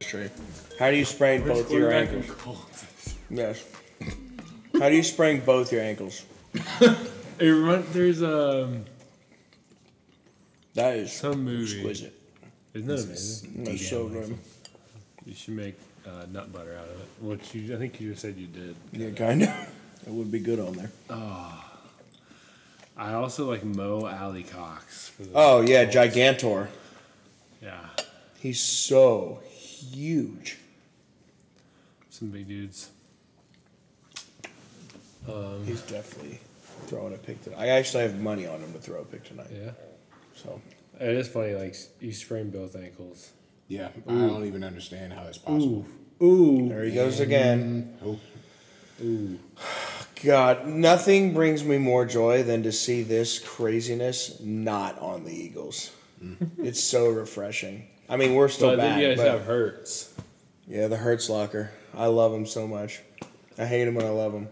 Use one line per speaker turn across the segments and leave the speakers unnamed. tree. How do you sprain both your ankles? Yes. How do you sprain both your ankles?
It remind, there's um,
That is
some movie.
exquisite.
Isn't that amazing?
That's so good.
You should make uh, nut butter out of it. Which you, I think you just said you did.
Yeah, kind of. It would be good on there.
I also like Mo Alley Cox. For the,
Oh yeah, Gigantor.
Yeah,
He's so huge.
some big dudes.
He's definitely throwing a pick tonight. I actually have money on him to throw a pick tonight.
Yeah,
So
it is funny. Like you sprain both ankles.
Yeah, I don't even understand how that's possible.
Ooh.
there he goes again.
Oh,
God, nothing brings me more joy than to see this craziness not on the Eagles.
Mm-hmm.
it's so refreshing. I mean, we're still
So I
back.
think you guys
but-
have hurts.
yeah, the Hertz locker. I love him so much. I hate him and I love him.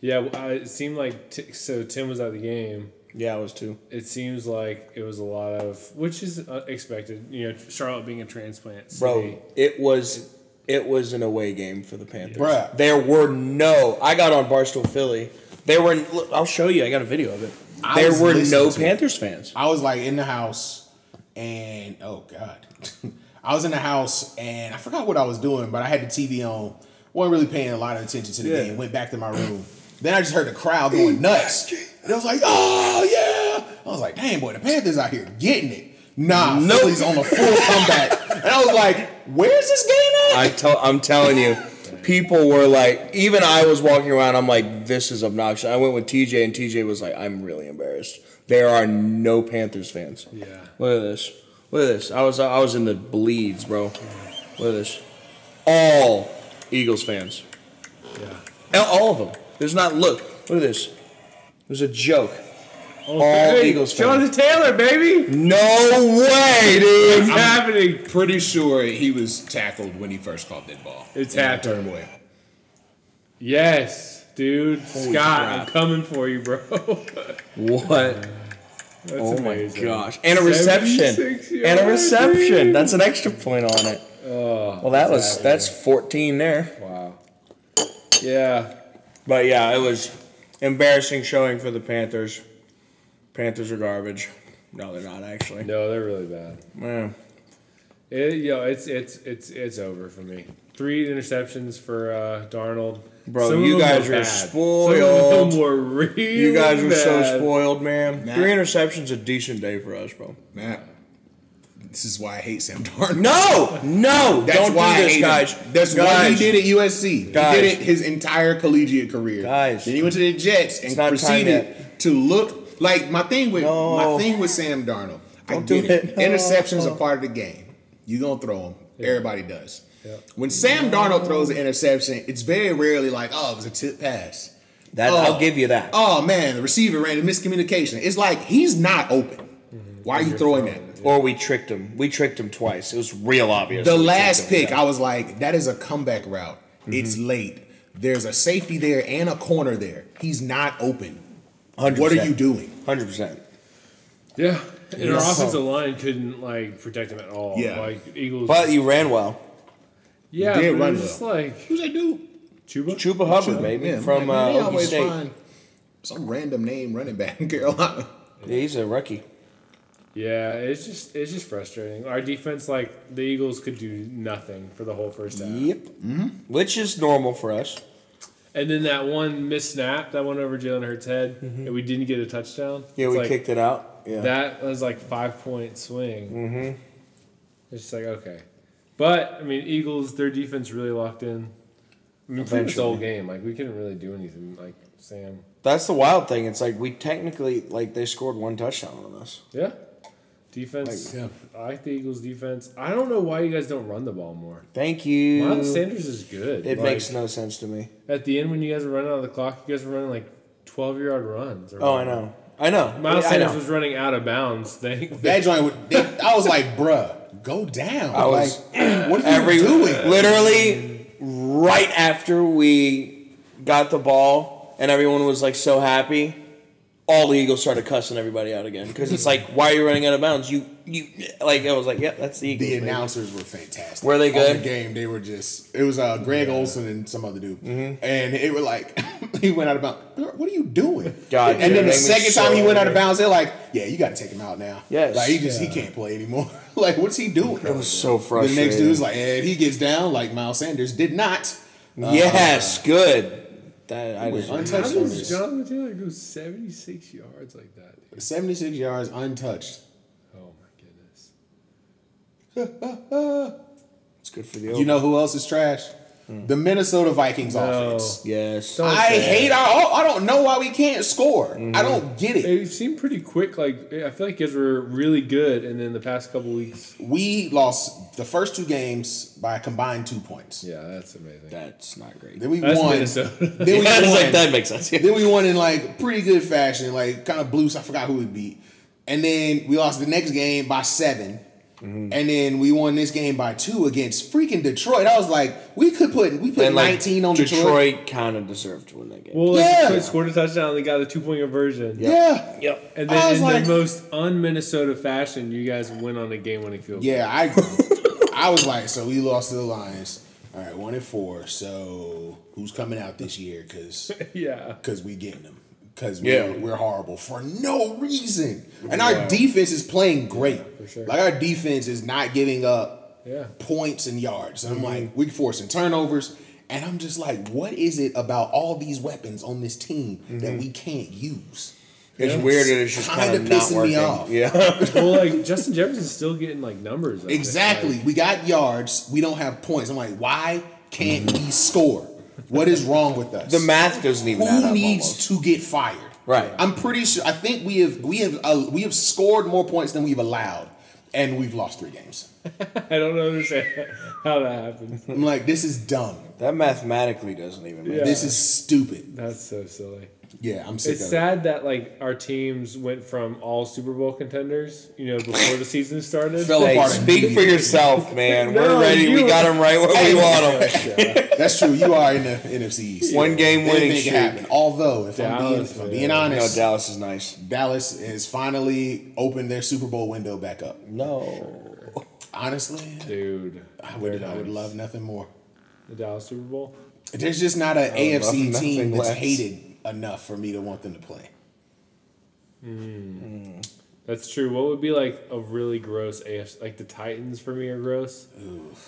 Yeah, well, I, it seemed like t- so. Tim was at the game.
Yeah, I was too.
It seems like it was a lot of, which is uh, expected. You know, Charlotte being a transplant. City.
Bro, it was it was an away game for the Panthers.
Bruh.
There were no. I got on Barstool Philly. There were. look, I'll show you. I got a video of it.
I
There
was
were
listening
no
to it.
Panthers fans.
I was like in the house, and oh god, I was in the house, and I forgot what I was doing, but I had the TV on. wasn't really paying a lot of attention to the
Yeah.
game. Went back to my room. Then I just heard the crowd going nuts, and I was like, "Oh yeah!" I was like, "Dang boy, the Panthers out here getting it." Nah,
Nope.
Philly's on a full comeback, and I was like, "Where's this game at?"
I tell. I'm telling you, people were like. Even I was walking around. I'm like, this is obnoxious. I went with TJ, and TJ was like, I'm really embarrassed. There are no Panthers fans.
Yeah.
Look at this. Look at this. I was I was in the bleeds, bro. Look at this. All Eagles fans.
Yeah.
All- All of them. There's not. Look. Look at this. It was a joke.
Oh,
All Eagles
Jonathan Taylor, baby.
No way,
It's
dude.
happening.
Pretty sure he was tackled when he first caught that ball.
It's
And I
happening.
turned away.
Yes, dude. Scott, I'm
crap.
coming for you, bro. That's
What? Oh my
amazing.
gosh. And a reception.
76
And a
yard,
reception.
dude. Oh,
That's an extra point on it. Well, that was that's 14 there.
Wow. Yeah.
But yeah, it was embarrassing showing for the Panthers. Panthers are garbage. No, they're not actually.
No, they're really bad.
Yeah.
It, yo, it's it's it's it's over for me. Three interceptions for uh, Darnold.
Bro,
Some of
you
them
guys
were
are
bad. Some of
spoiled.
them were really
You guys were so
bad.
spoiled, man.
Nah.
Three interceptions a decent day for us, bro.
Matt, this is why I hate Sam Darnold.
No, no,
That's
don't
why
do
I
this,
hate
guys.
Him. That's
guys,
what he did at USC.
Guys.
he did it his entire collegiate career.
Guys.
Then he went to the Jets and
not time
proceeded
yet.
to look like my thing with
No.
my thing with Sam Darnold. I
Don't
get
do
it.
it. No.
Interceptions are part of the game. You gonna throw them. Everybody does.
Yeah.
When Sam Darnold throws an interception, it's very rarely like, oh, it was a tip pass.
That
Oh.
I'll give you that.
Oh man, the receiver ran a miscommunication. It's like he's not open. Why are you throwing that?
Or we tricked him. We tricked him twice. It was real obvious.
The
we
last
tricked him.
pick, I was like, that is a comeback route. It's late. There's a safety there and a corner there. He's not open.
100%.
What are you doing?
Hundred percent.
Yeah, and our
Yeah.
offensive line couldn't like protect him at all.
Yeah.
like Eagles.
But you ran well.
yeah,
did
but it
run
was just like
Who's that dude?
Chuba.
Chuba Hubbard, baby,
Yeah,
from
man, they
uh, Okie
always
State.
find some random name running back in Carolina.
Yeah, he's a rookie.
Yeah, it's just it's just frustrating. Our defense, like the Eagles, could do nothing for the whole first half.
Yep.
Mm-hmm.
Which is normal for us.
And then that one miss snap, that one over Jalen Hurts' head, and we didn't get a touchdown.
Mm-hmm. Yeah,
It's
we
like,
kicked it out. Yeah.
That was like five point swing. Mm-hmm. It's just like okay, but I mean Eagles, their defense really locked in. I mean, pretty much the whole game, like we couldn't really do anything. Like Sam,
That's the wild thing. It's like we technically like they scored one touchdown on us.
yeah, defense. I like the Eagles' defense. I don't know why you guys don't run the ball more.
Thank you.
Miles Sanders is good.
it
Like,
makes no sense to me.
At the end, when you guys were running out of the clock, you guys were running like twelve yard runs. or
Oh, I
whatever.
know. I know.
Miles
I
Sanders
know.
was running out of bounds. Thing.
That joint, would- they- I was like, bruh, go down. I
was-
like, what are
every
you doing?
literally right after we got the ball and everyone was like so happy all the eagles started cussing everybody out again because it's like why are you running out of bounds you you like I was like, yep, that's the Eagles.
The
baby.
announcers were fantastic.
Were they
On
good?
the game, they were just. It was uh, Greg Olson and some other dude,
Mm-hmm.
and they were like, he went out of bounds. They're like, What are you doing?
God,
and
dude,
then the
it made me
second
so
time he went out of
angry.
bounds, they're like, Yeah, you got to take him out now.
Yes.
like he just
Yeah.
he can't play anymore. like what's he doing?
It was so
The
frustrating.
next dude's like, eh, if he gets down, like Miles Sanders did not. uh,
yes, good. That I
went
just,
How
untouched on
does
this.
Jonathan Taylor go 76 yards like that? Dude?
76 yards untouched.
Oh my goodness.
it's good for the.
You know who else is trash?
Hmm.
The Minnesota Vikings
No.
offense.
yes.
Don't-
I
Okay.
hate our. oh, I don't know why we can't score.
Mm-hmm.
I don't get it.
They seem pretty quick. Like I feel like guys were really good, and then the past couple weeks.
We lost the first two games by a combined two points.
Yeah, that's amazing.
That's not great.
Then we
That's
won.
Minnesota.
Then we
Yeah, it's
won.
like that makes sense.
Then we won in like pretty good fashion, like kind of blues. I forgot who we beat, and then we lost the next game by 7
Mm-hmm.
and then we won this game by two against freaking Detroit. I was like, we could put we put
And, like,
nineteen on Detroit.
Detroit kind of deserved to win that game.
well, like,
Yeah.
Detroit scored a touchdown. They got the two point conversion.
Yeah,
yep.
And
I
then
was
in
like-
the most un Minnesota fashion, you guys win on a game winning field. goal.
yeah. I I was like, so we lost to the Lions. All right, one and four. So who's coming out this year? Because
yeah.
because we getting them because
Yeah.
we're, we're horrible for no reason and our defense is playing great
sure.
like our defense is not giving up
Yeah.
points and yards and i'm like we're forcing turnovers and i'm just like what is it about all these weapons on this team that we can't use
It's
Yeah.
weird that it's just
Kinda
kind of not
pissing me
working.
off.
Yeah.
Well, like Justin Jefferson's still getting like numbers. out of it.
exactly
Like,
we got yards we don't have points i'm like why can't we score what is wrong with us
the math doesn't even add
who
up.
needs
almost.
to get fired?
Right.
I'm pretty sure. I think we have we have uh, we have scored more points than we've allowed, and we've lost three games.
I don't understand how that happens.
Hmm.
I'm like, this is dumb.
That mathematically doesn't even make
Yeah.
sense.
This is stupid.
That's so silly.
Yeah, I'm sick
It's
of
sad that like our teams went from all Super Bowl contenders, you know, before the season started.
Fell
Hey,
apart
speak for
immediately.
yourself, man.
No,
We're ready. We
you-
got them right where we want them.
it. That's true. You are in the NFC East.
One game
Anything
winning
can
streak.
happen. Although, if I'm being,
Dallas,
if I'm
man.
being
No,
honest,
Dallas is nice.
Dallas has finally opened their Super Bowl window back up.
No.
Honestly,
Dude,
I would
they're
I would
nice.
love nothing more.
the Dallas Super Bowl.
There's just not an
would love
AFC team
nothing
that's
less.
hated enough for me to want them to play.
That's true. What would be like a really gross AFC? Like the Titans for me are gross.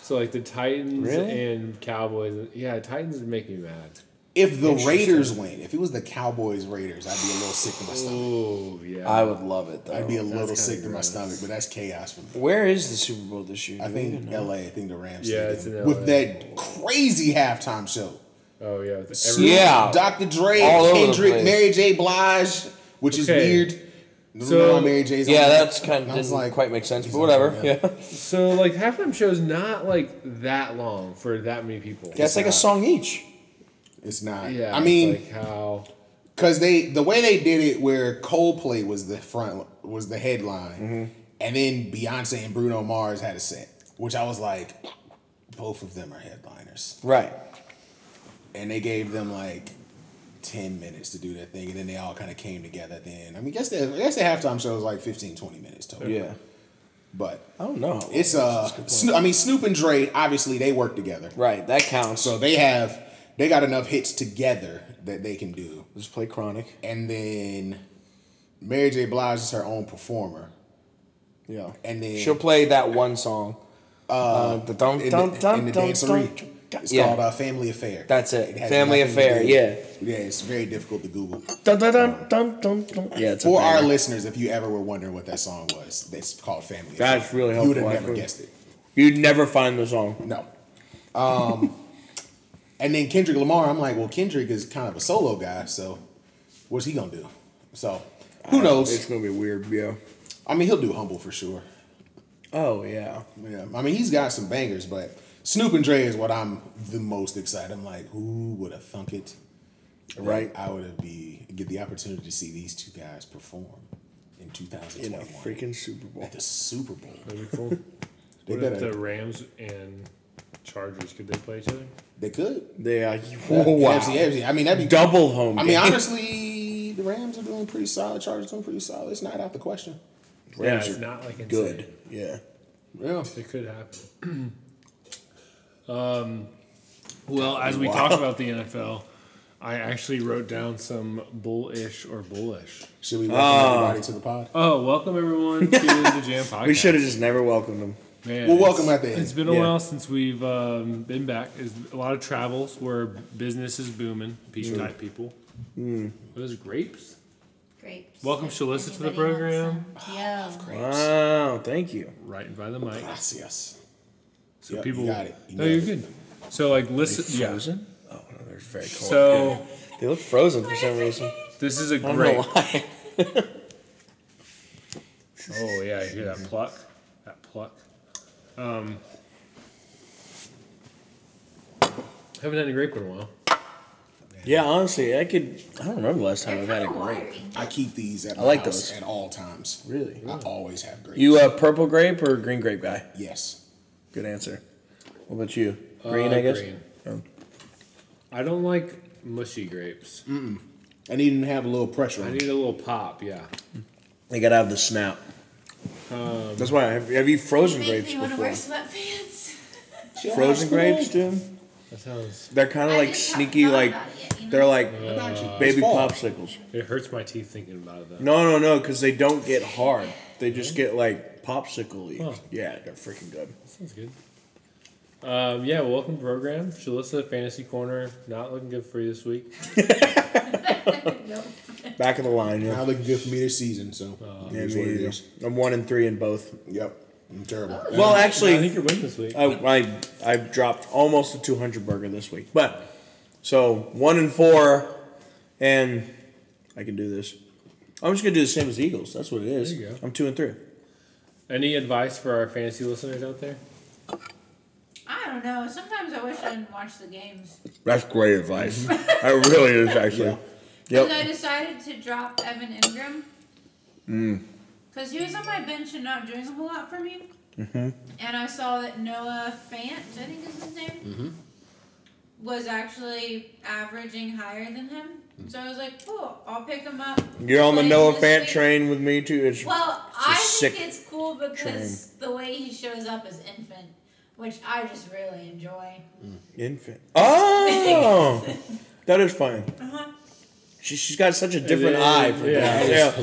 So like the Titans
Really?
and Cowboys. Yeah, Titans would make me mad.
If the Raiders win, if it was the Cowboys Raiders, I'd be a little sick to my stomach.
Oh yeah.
I would love it, though.
I'd be a little
kinda
sick to my
gross.
stomach, but that's chaos for me.
Where is the Super Bowl this year?
I
Do we
think
even know?
LA, I think the Rams.
Yeah,
did
it's
them.
in
With
LA.
that crazy halftime show.
oh yeah. with
Snoop,
every-
Yeah.
Dr. Dre,
All over the
Kendrick,
place.
Mary J. Blige, which is
Okay.
weird.
So-
So, Mary J's
Yeah,
on there.
that's kind
And
of
I
doesn't
was like,
quite make sense, but whatever. Yeah.
So like halftime show's not like that long for that many people.
That's like a song each.
It's not.
Yeah.
I
it's
mean,
like how?
Cause they the way they did it, where Coldplay was the front was the headline,
Mm-hmm.
and then Beyonce and Bruno Mars had a set, which I was like, both of them are headliners,
Right.
and they gave them like ten minutes to do their thing, and then they all kind of came together. At the end, I mean, guess the I guess the halftime show was like 15, 20 minutes total.
Yeah.
but
I don't know.
it's uh, Sno- I mean, Snoop and Dre obviously they work together,
right. That counts.
so they have they got enough hits together that they can do.
Let's play Chronic.
and then Mary J. Blige is her own performer.
Yeah.
And then-
she'll play that one song. Uh, the dun,
In
dun,
the,
dun,
in the
dun,
dancery.
dun, dun.
It's
yeah.
called uh, Family Affair.
That's it.
has
Family
nothing to
Affair,
do-
yeah.
Yeah, it's very difficult to Google.
Dun, dun, dun, dun, dun, dun. Yeah, it's a
For our
banger.
listeners, if you ever were wondering what that song was, that's called Family Affair.
That's really
You would have
helpful,
never
actually.
guessed it.
You'd never find the song.
No. Um, and then Kendrick Lamar, I'm like, well, Kendrick is kind of a solo guy, so what's he going to do? So, who
Uh, It's
knows?
gonna be weird, yeah.
I mean, he'll do Humble for sure.
Oh yeah.
Yeah, I mean he's got some bangers, but Snoop and Dre is what I'm the most excited. I'm like, who would have thunk it? that
Right.
I would have be get the opportunity to see these two guys perform in
In a
2021
freaking Super Bowl.
at the Super Bowl.
That'd be cool.
They
what if
better.
the Rams and Chargers could they play each other?
They could.
They are
Yeah,
wow.
NFC, NFC. I mean that'd be.
Double home.
I mean
game.
honestly, the Rams are doing pretty solid. Chargers doing pretty solid. It's not out the question.
Yeah,
Rams
it's
are
not like insane.
good. Yeah.
Yeah.
It could happen. um, well, as we talk about the NFL, I actually wrote down some bullish or bullish.
Should we welcome everybody to the pod?
Oh, welcome everyone to the Jam Podcast.
We should have just never welcomed them.
Man,
Well,
it's-
welcome at the end.
It's been a
Yeah.
while since we've um, been back. It's a lot of travels where business is booming. Peach
Mm.
type people. What is it, grapes?
Grapes.
Welcome, Shalissa, to the
Anybody want
program.
some? Yeah.
Wow, Oh, thank you.
Right by the mic.
Gracias.
So
Yep, you
people.
got it. You
no,
got
you're
it.
good. So like listen. Yeah.
Frozen? Oh, no, they're very cold.
Oh,
So
they look frozen for some reason.
this is a
I don't know
grape.
why.
Oh yeah, I hear that pluck. That pluck. Um, haven't had a grape in a while.
Yeah, honestly, I could. I don't remember the last time I've had a
Kinda
grape.
watery.
I keep these at my
like
house
those.
at all times.
Really?
I always have grapes.
You a purple grape or green grape guy?
yes.
Good answer. What about you? Green,
Uh,
I guess.
green.
Oh.
I don't like mushy grapes.
I need them to have a little pressure
I
on
need
it.
a little pop. Yeah.
They gotta have the snap.
Um,
That's why. Have, have you frozen
Make
grapes
me want to wear
before?
sweatpants.
Frozen grapes, dude.
That sounds.
They're kind of
I
like
just
sneaky,
haven't thought
like
about it yet, you know?
they're like
Uh, It's
baby
fall.
popsicles.
It hurts my teeth thinking about it. Though.
No, no, no, because they don't get hard. They just get like popsicle-y.
Huh.
Yeah, they're freaking good.
Sounds good. Um, yeah, welcome program. Shalissa Fantasy Corner. Not looking good for you this week.
no.
Back of the line.
Now
Yeah,
looking good for me this season, so
yeah
it is
me
what it
either.
is.
I'm one and three in both.
Yep. I'm terrible.
Well,
I
Yeah.
think
actually, uh,
you're winning this week.
I, I I dropped almost a 200 burger this week, but so one and four, and I can do this. I'm just gonna do the same as the Eagles. That's what it is.
There you go.
I'm two and three.
Any advice for our fantasy listeners out there?
I don't know. Sometimes I wish I didn't watch the games.
That's great advice. that really is actually.
Because I
Yep.
decided to drop Evan Ingram.
Mm.
Because he was on my bench and not doing a whole lot for me.
Mm-hmm.
And I saw that Noah Fant, I think is his name,
Mm-hmm.
was actually averaging higher than him.
Mm.
So I was like, cool, I'll pick him up.
You're on the
Play him
Noah
this
Fant
week.
train with me too. It's
Well,
a
I
sick
think it's cool because the way he shows up as infant, which I just really enjoy.
infant. Oh, that is fine.
Uh-huh.
She, she's got such a different
is,
eye for
yeah.
that.
That is
Yeah.
But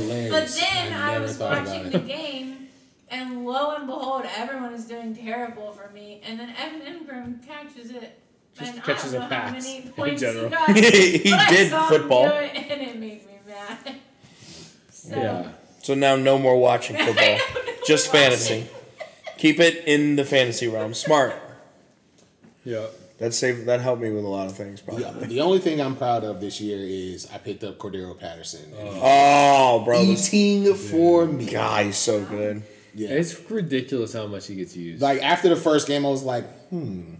hilarious.
then I,
never
was
thought about
watching
it.
the game, and lo and behold, everyone is doing terrible for me. And then Evan Ingram catches it.
Just
and
catches
I don't
a
know how
pass
many
in
points he
general.
got,
He
but I
did
saw him do
football.
it, and it made me mad. So,
So now no more watching football. Just
watching.
fantasy. Keep it in the fantasy realm. Smart.
Yeah.
That saved. That helped me with a lot of things, probably.
The, the only thing I'm proud of this year is I picked up Cordero Patterson.
Oh, bro, this
Eating for me.
guy is so good.
Yeah.
It's ridiculous how much he gets used.
Like after the first game, I was like, hmm,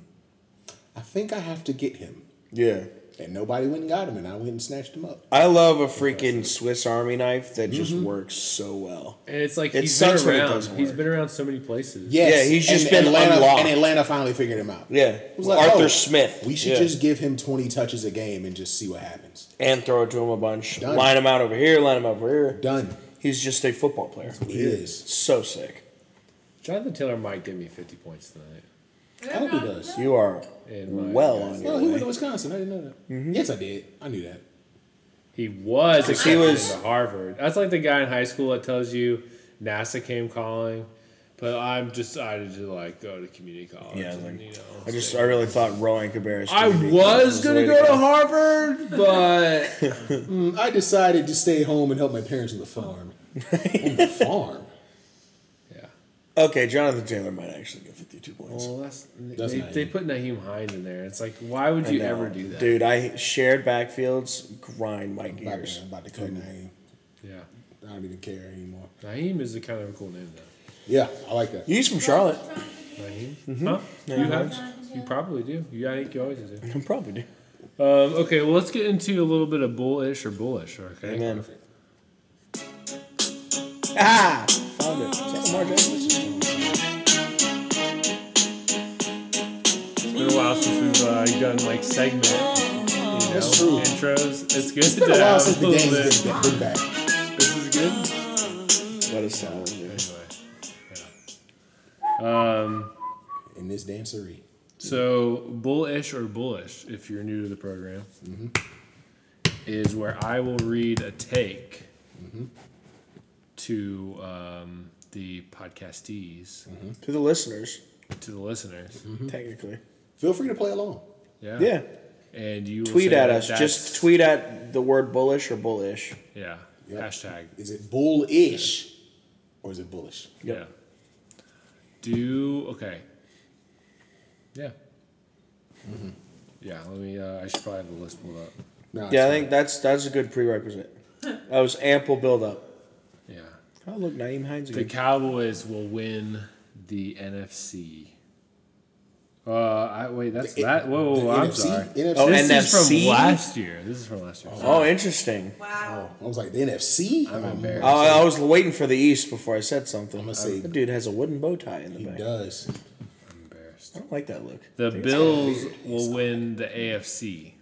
I think I have to get him.
Yeah,
And nobody went and got him, and I went and snatched him up.
I love a freaking Swiss Army knife that just
Mm-hmm.
works so well.
and it's like
It
he's been
sucks when it
around.
doesn't
He's
work.
been around so many places.
Yes,
he's just
and
been
Atlanta,
unlocked.
And Atlanta finally figured him out.
Yeah,
was like,
Arthur
oh,
Smith.
We should
Yeah.
just give him 20 touches a game and just see what happens.
and throw it to him a bunch.
Done.
Line him out over here. Line him over here.
Done.
He's just a football player.
He is.
So sick.
Jonathan Taylor might give me 50 points tonight.
I hope he does.
You are
In my
well on
Well,
your
he went to
way.
Wisconsin. I didn't know that.
Mm-hmm.
Yes, I did. I knew that.
He was.
Because he
accepted
was-
to Harvard. That's like the guy in high school that tells you NASA came calling, but I'm decided to like go to community college.
Yeah,
and,
like,
you know,
I just I really thought Rowan Cabarrus.
I was gonna go to Harvard, but
Mm, I decided to stay home and help my parents on the farm. on the farm?
yeah.
Okay, Jonathan Taylor might actually get 52 points.
Well, that's,
That's
they,
not
they
him.
put Naheem Hines in there. It's like, why would you
I know.
ever do that?
Dude, I shared backfields grind my
I'm about to,
gears.
I'm about to cut Naeem.
Yeah,
I don't even care anymore.
Naheem is a kind of a cool name though.
Yeah, I like that.
He's from Charlotte.
Naheem, huh? You have, you probably do. You, I think you always do.
I'm probably do.
Um, okay, well, let's get into a little bit of bullish or bullish. Okay.
Amen. Ah, found it. Is that Lamar Jackson?
It's been a while since we've uh, done like segment, you know,
That's true.
intros. It's good
It's been
to
a while
have
since
a
the
little
game's
bit.
been, been back.
This is good.
What a sound, dude.
Um,
in this dancery.
so bullish or bullish, if you're new to the program,
Mm-hmm.
is where I will read a take
Mm-hmm.
to um, the podcastees,
To the listeners,
to the listeners.
technically.
Feel free to play along.
Yeah.
Mm-hmm. Yeah.
And you will
Tweet
say
at
that
us.
that's-
Just tweet at the word bullish or bullish.
Yeah.
Yep.
Hashtag.
Is it bullish or is it bullish?
Yeah. Do okay. Yeah.
Mm-hmm.
Yeah. Let me. Uh, I should probably have the list pulled up.
No, it's
Yeah, I
fine.
think that's that's a good prerequisite. That was ample buildup.
Yeah.
Oh look, Naeem Hines
The
again.
Cowboys will win the NFC. Uh, I wait. That's
The-
that. Whoa, whoa,
the
whoa I'm
NFC?
sorry.
NFC?
Oh,
this is from
NFC?
last year. This is from last year.
Oh, interesting.
Wow.
I was like the NFC.
I'm
Oh,
embarrassed.
Oh, I was waiting for the East before I said something.
I'ma say-
that dude has a wooden bow tie in the
He
back.
does.
I'm embarrassed.
I don't like that look.
The
Dude,
Bills will win the AFC.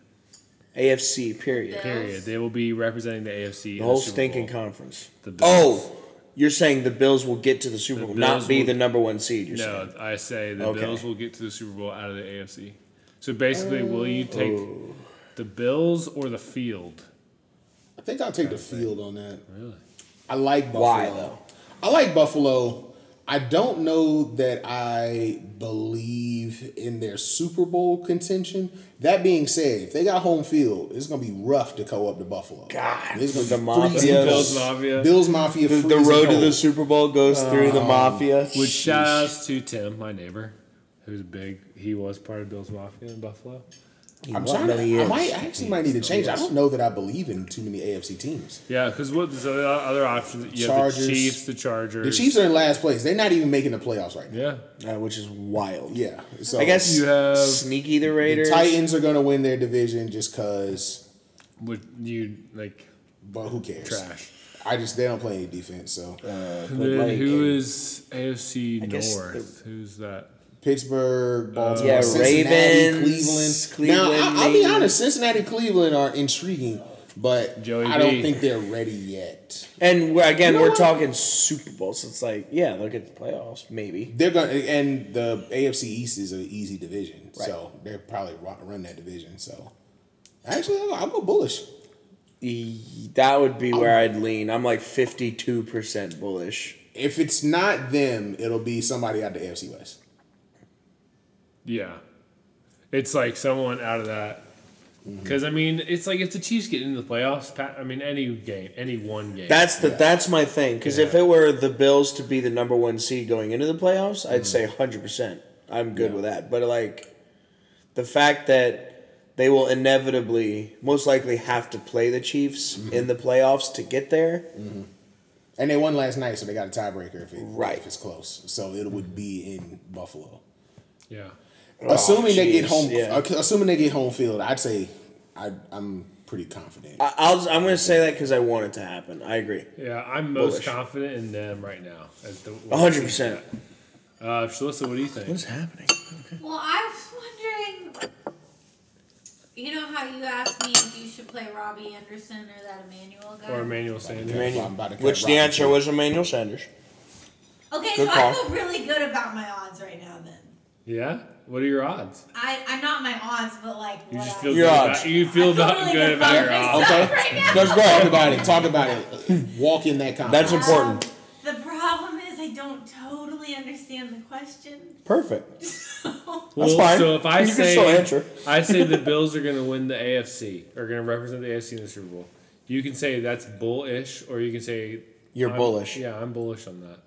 AFC period.
Yeah.
Period. They will be representing the AFC.
The whole stinking conference.
The Bills.
Oh, you're saying the Bills will get to the Super
The
Bowl,
Bills
not be
will-
the number one seed. You're saying.
No, I say the
Okay.
Bills will get to the Super Bowl out of the AFC. So basically, will you take
Oh.
the Bills or the field?
I think I'll take the field on that.
Really?
I like Buffalo.
Why, though?
I like Buffalo. I don't know that I believe in their Super Bowl contention. That being said, if they got home field, it's gonna be rough to go up to Buffalo.
God,
it's gonna
the
be
Mafia.
freezing
Bills
cold.
Mafia.
Bills Mafia.
The, the
freezing
road to the
cold.
Super Bowl goes through the mafia.
Which shout
uh,
outs to Tim, my neighbor, who's big. He was part of Bills Mafia in Buffalo.
I'm
Well,
trying
no, he
to, I
is.
might I actually might need to change. I don't know that I believe in too many AFC teams.
Yeah, because what there's other other options? You have
Chargers.
the Chiefs, the Chargers.
The Chiefs are in last place. They're not even making the playoffs right now.
Yeah.
Uh, which is wild.
Yeah. So
I guess
You have
sneaky the Raiders.
Titans are gonna win their division just cause
Would you like
but who cares?
trash?
I just they don't play any defense, so
Uh,
And
but
then
like,
who is AFC
I guess
North? Who's that?
Pittsburgh, Baltimore,
Uh, Yeah,
Cincinnati,
Ravens,
Cleveland.
Cleveland,
Now I, will be
maybe.
honest, Cincinnati, Cleveland are intriguing, but
Joey
I don't
B.
think they're ready yet.
And we're, again,
You know
we're
what?
talking Super Bowl, so it's like, yeah, they'll get the playoffs, maybe.
They're gonna and the AFC East is an easy division, so they're probably ru- run that division. So actually, I'll, I'll go bullish.
E- That would be where I'd lean. I'm like 52% bullish.
If it's not them, it'll be somebody out of the AFC West.
Yeah. It's like someone out of that. Because, I mean, it's like if the Chiefs get into the playoffs, Pat, I mean, any game, any one game.
That's the that's my thing. Because if it were the Bills to be the number one seed going into the playoffs,
Mm.
I'd say 100%. I'm good with that. But like the fact that they will inevitably, most likely, have to play the Chiefs
Mm-hmm.
in the playoffs to get there.
And they won last night, so they got a tiebreaker if, it,
Right.
if it's close. So it would be in Buffalo.
yeah.
assuming they get
jeez,
home,
yeah.
ac- assuming they get home field, I'd say I, I'm pretty confident.
I, I'll, I'm going to say that because I want it to happen. I agree.
Yeah, I'm most
Bullish.
confident in them right now. As the,
100%.
Uh, Shalissa, what do you think?
What's happening? Okay.
Well, I was wondering. You know how you asked me if you should play Robbie Anderson or that Emmanuel guy?
Or Emmanuel Sanders?
Emmanuel-
Emmanuel-
I'm about to cut
which the
Rocky
answer
Ford.
was Emmanuel Sanders.
okay,
Good
so
call.
I feel really good about my odds right now then.
Yeah? What are your odds?
I, I'm not my odds, but like.
You
what
just
I-
feel
Your
good
odds.
about, you feel
I feel
about,
really
good about your odds.
myself
Okay.
Right now.
Let's
Talk
go.
about it. Talk about it. Walk in that
That's
confidence.
important.
Um, the problem is I don't totally understand the question.
Perfect.
Well,
fine.
So if I
You can
say,
still answer.
I say the Bills are going to win the AFC, are going to represent the AFC in the Super Bowl. You can say that's bullish, or you can say
You're
I'm-
bullish.
Yeah, I'm bullish on that.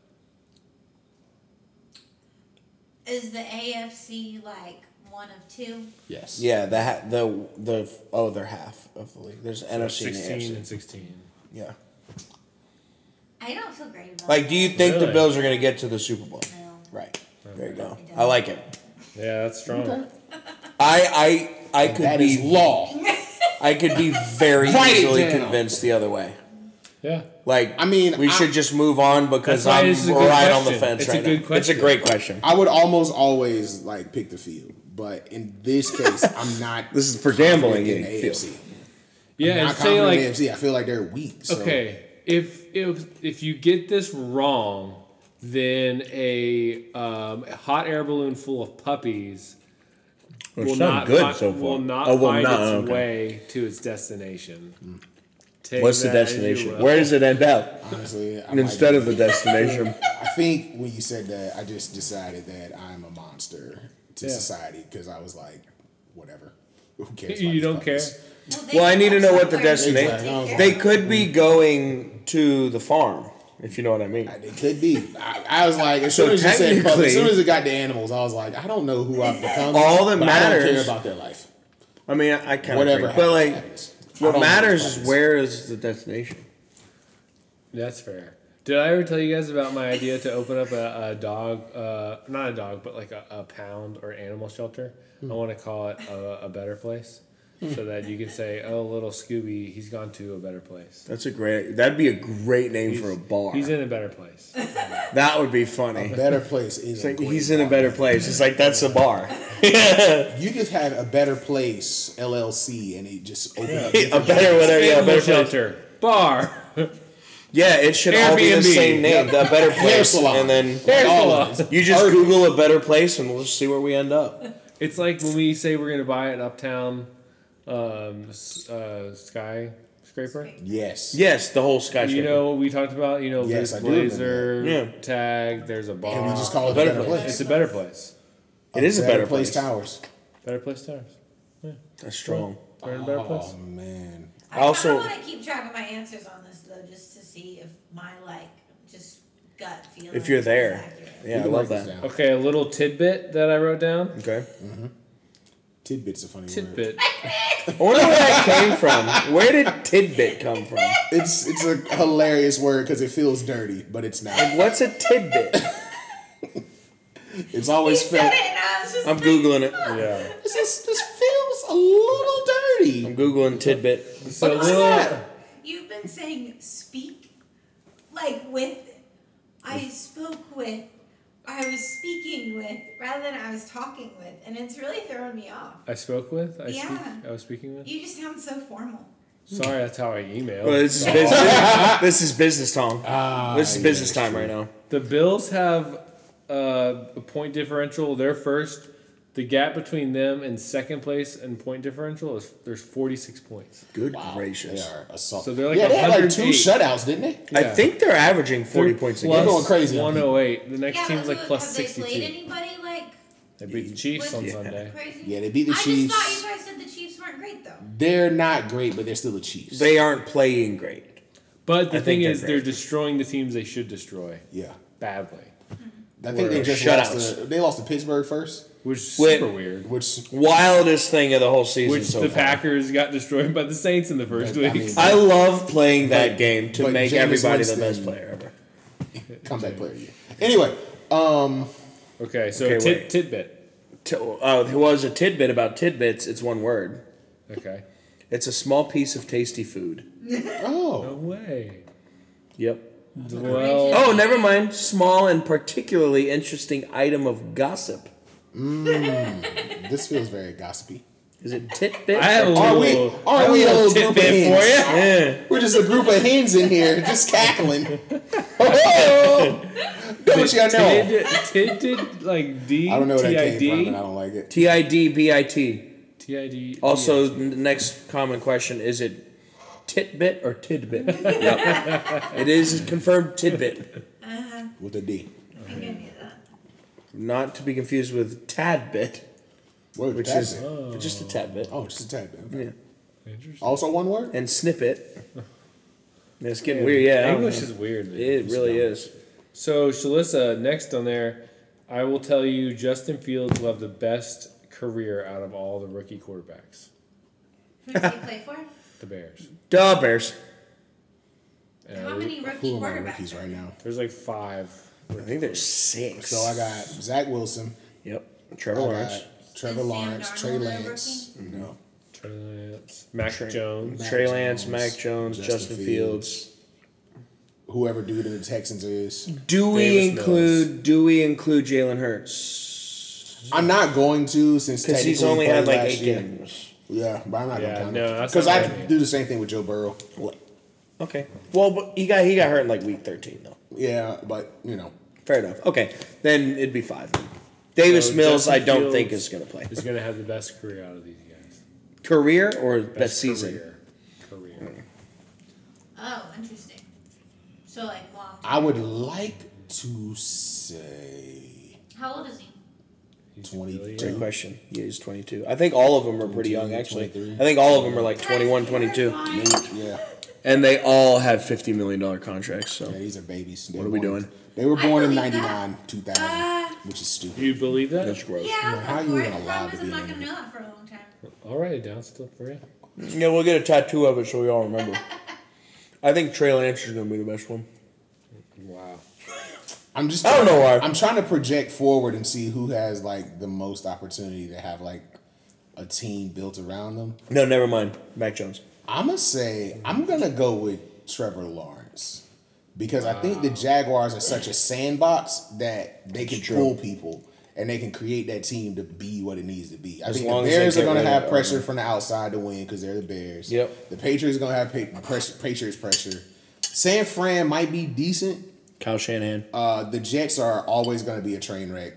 Is the AFC like one of two?
yes.
Yeah, the ha- the the other half of the league. There's NFC and
Sixteen
AFC.
and sixteen.
Yeah.
I don't feel great about
Like, do you think the
Really?
Bills are going to get to the Super Bowl?
that. No.
Right. There you go. I like it.
Yeah, that's strong.
I I I could
That is
be
law.
I could be very
Write it
easily
down.
convinced the other way.
Yeah.
Like
I mean,
we
I-
should just move on because
That's why
I'm
this is a good
right on the
question.
fence
It's a
right
good
now. It's a
question.
great question.
I would almost always like pick the field, but in this case, I'm not.
This is for
confident
gambling
in
in
the
field.
AFC.
Yeah,
Not
and say
confident in
like
the AFC. I feel like they're weak. So.
okay, if if if you get this wrong, then a um, hot air balloon full of puppies
Well, it's not good
fi-
so far.
will not
Oh, well,
find
not,
its
okay.
way to its destination. Take
What's the
that as you
destination?
will.
Where does it end up?
Honestly, I might
Instead
be-
of the destination.
I think when you said that, I just decided that I'm a monster to
Yeah.
society because I was like, whatever. Who cares?
You
about
don't
these puppies?
care?
they
Well, I need to know what the
somewhere.
destination-
Exactly. I was like,
They could be going to the farm, if you know what I mean.
It could be. I, I was like, as
So
soon as you said public,
technically-
as soon as it got to animals, I was like, I don't know who I've become.
All that
but I don't care
matters-
about their life.
I mean, I, I kind of
Whatever.
agree. But like,
happens, happens. I
what
don't know
matters is
happens.
where is the destination.
That's fair. Did I ever tell you guys about my idea to open up a, a dog, uh, not a dog, but like a, a pound or animal shelter? I want to call it a, a better place so that you can say, oh, little Scooby, he's gone to a better place.
That's a great. That'd be a great name for a bar.
He's in a better place.
that would be funny.
Better place is.
It's like,
great
he's in a
bar.
better place. It's like that's a bar.
You just had a better place LLC, and it just opened up.
a better whatever. Yeah, a
Animal
better place.
shelter. Bar.
Yeah, it should all be the
Airbnb.
same name. The better
Hair
place,
salon.
and then
Hair
all
salon.
of it.
you just Google a better place, and we'll see where we end up.
It's like when we say we're going to buy an uptown um, s- uh, skyscraper.
Yes.
Yes, the whole skyscraper.
You know, we talked about, you know,
Yes, I
there's
do remember
blazer
that. Yeah.
tag, there's a bar.
And we just call it a
Better
better place.
It's a better place.
it is a better place.
Towers.
Better place towers.
That's strong.
We're in a better place.
Oh man.
I
I
also-
also want to keep track of my answers on this though, just to see if my like just gut feeling.
If you're
is
there,
accurate.
yeah, I
can
love
break this
that.
down.
Okay, a little tidbit that I wrote down.
Okay.
Tidbit's a funny word.
Tidbit.
I wonder where that came from. Where did tidbit come from?
It's it's a hilarious word because it feels dirty, but it's not.
What's a tidbit?
It's
You
always
said
felt.
it, and I was just
I'm googling it.
Yeah.
This is- this feels a little dirty.
I'm googling tidbit.
So a
What's
little.
that?
You've been saying speak, like with, I spoke with, I was speaking with, rather than I was talking with, and it's really throwing me off.
I spoke with. I
Yeah.
Speak, I was speaking with.
You just sound so formal.
Sorry, that's how I email.
Well, this is business. this is business time. this is business time right now.
The Bills have uh, a point differential. They're first. The gap between them and second place and point differential is there's 46 points.
Good
They
gracious.
are assault.
So they're like
yeah, they had like two
108.
shutouts, didn't they?
I
Yeah.
think they're averaging 40
They're
points a
plus
game.
They're going crazy.
108. The next
yeah,
team's
but
like
who-
plus
have they played
62.
anybody like
They beat the Chiefs on
Yeah.
Sunday.
crazy?
Yeah, they beat the
I
Chiefs.
just thought you guys said the Chiefs weren't great though.
They're not great, but they're still the Chiefs.
They aren't playing great.
But the
I think
thing
they're
is, they're
great.
destroying the teams they should destroy
yeah.
badly,
I think they
Were
just
shutouts.
lost. To, they lost to Pittsburgh first,
which is
Wait.
super weird.
which
Wildest thing of the whole season
Which
so
the
far.
Packers got destroyed by the Saints in the first
But, I
week.
mean,
I love playing that
But-
game to
but
make
Jameis
everybody
Winston-
the best player ever.
comeback player. of the year. Anyway, um,
okay, so
Okay,
tit,
wait.
tidbit.
T- Oh, there was a tidbit about tidbits. It's one word.
Okay.
It's a small piece of tasty food.
oh,
No way.
Yep.
Well,
Oh, never mind. Small and particularly interesting item of gossip.
this feels very gossipy.
Is it tidbit?
I have a
or-
Are
little,
we-
I
are
have
we a little
tidbit
group of
for
hens?
you?
Yeah.
We're just a group of hens in here, just cackling. Oh, know what you gotta know.
Tid, tidbit, like D,
I don't know where that came from, and I
TID,
don't like it.
T I D B I T.
TID.
Also, n- next common question is it titbit or tidbit? It is confirmed tidbit,
With a D.
I didn't need that.
not to be confused with tadbit,
Word,
which
tad
is
bit.
just a tad bit,
oh, just a tad bit. Okay.
Yeah.
Interesting.
Also, one word.
and snippet. It's getting weird, yeah. I don't
English
know.
is weird. man.
It really is.
So, Shalissa, next on there, I will tell you Justin Fields will have the best career out of all the rookie quarterbacks,
Who did he play for?
the Bears.
Duh, Bears.
And I
How
re-
many rookie
Who are my
quarterbacks?
rookies right now?
There's like five.
I think there's six.
So I got Zach Wilson,
Yep.
I
Trevor Lawrence.
got Trevor
Is Sam
Lawrence,
Darnold
Trey
a
Lance. No,
Trey Lance, Mac
Trey-
Jones.
Mac
Trey Lance,
Jones,
Mac Jones, Justin,
Justin
Fields.
whoever dude in the Texans is.
Do we
Davis
include? Do we include Jalen Hurts?
I'm not going to since
Mm-hmm. Because he's
technically
only
he
had
played
like
last
eight
year.
games.
Yeah, but I'm not
Yeah,
gonna count
no,
it
that's
because
not
I
right.
do the same thing with Joe Burrow.
Okay. Well, but he got he got hurt in like week thirteen though.
Yeah, but you know,
Fair enough. Okay, then it'd be five. Davis
So
Mills, I
Justin
don't
Fields
think is going to play.
Is going to have the best career out of these guys.
Career or best,
Best
season?
Career. career.
Oh, interesting. So like long.
I would like to say
How old is he?
He's
22.
really-
Great question. Yeah, he's 22. I think all of them are pretty young,
22,
actually.
23.
I think all of them are like 21, 22.
Terrifying.
yeah.
And they all have $50 million contracts, so.
Yeah, these are babies. They
What
were
are we
born-
doing?
They were
I
born in
believe that.
99, 2000,
Ah.
which is
Do
stupid.
you believe that?
That's gross.
Yeah, I'm
How
up
you
for it.
even
The
allowed
problem
to
is I'm
be
not
in
gonna know that for a long time.
All right, down still for you.
Yeah, we'll get a tattoo of it so we all remember. I think Trey Lance is going to be the best one.
Wow.
I'm just.
I don't know why.
I'm trying to project forward and see who has like the most opportunity to have like a team built around them.
No, never mind. Mac Jones.
I'm gonna say I'm gonna go with Trevor Lawrence because I think the Jaguars are such a sandbox that they can
true.
pull people and they can create that team to be what it needs to be. I
As
think
long
the
as they
Bears are
get
gonna
rid of
have
that
pressure
owner.
from the outside to win because they're the Bears.
Yep.
The Patriots are gonna have pa- pressure, Patriots pressure. San Fran might be decent.
Kyle Shanahan.
Uh, the Jets are always gonna be a train wreck.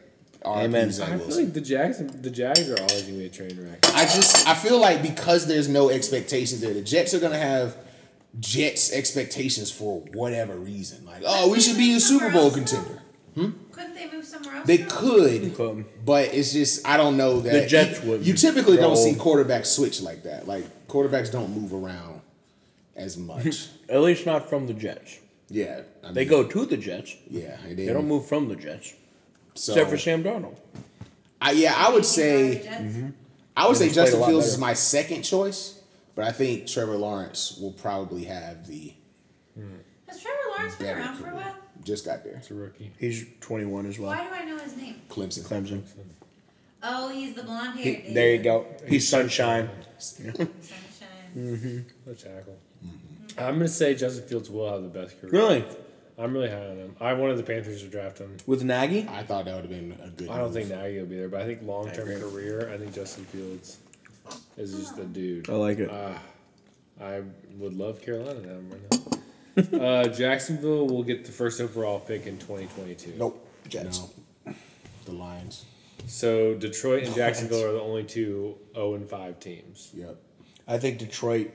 RIP
Amen.
Zach
I feel
Wilson.
like the Jags, the Jags are always going to be a train wreck.
I just I feel like because there's no expectations there, the Jets are gonna have Jets expectations for whatever reason. Like, oh, we should be a Super Bowl contender.
Couldn't they move somewhere else?
They
now?
could,
Um,
but it's just I don't know that
The Jets wouldn't.
You typically
They're
don't
old.
see quarterbacks switch like that. Like quarterbacks don't move around as much.
at least not from the Jets.
yeah, I
They
mean,
go to the Jets.
Yeah, and
They don't move from the Jets.
So,
Except for Sam Darnold.
I, yeah, I would say.
Jets.
Mm-hmm.
I would say
They've played
Justin
a lot
Fields
better.
is my second choice, but I think Trevor Lawrence will probably have the
Has Trevor Lawrence been
better
around for a
career.
while?
Just got there.
It's a rookie.
He's 21 as well.
Why do I know his name?
Clemson.
Clemson.
Oh, he's the blonde
He,
haired dude.
there you go. He's sunshine. Mm.
Sunshine.
A tackle. I'm going to say Justin Fields will have the best career.
Mm-hmm. Really?
I'm really high on him. I wanted the Panthers to draft him.
With Nagy?
I thought that would have been a good.
I don't
move.
think Nagy will be there, but I think long term
I agree.
career, I think Justin Fields is just the dude.
I like it.
Uh,
Ah, I would love Carolina now. Right now. uh, Jacksonville will get the first overall pick in 2022.
Nope.
No. The Lions.
So Detroit and Jacksonville are the only two 0 and 5 teams.
Yep.
I think Detroit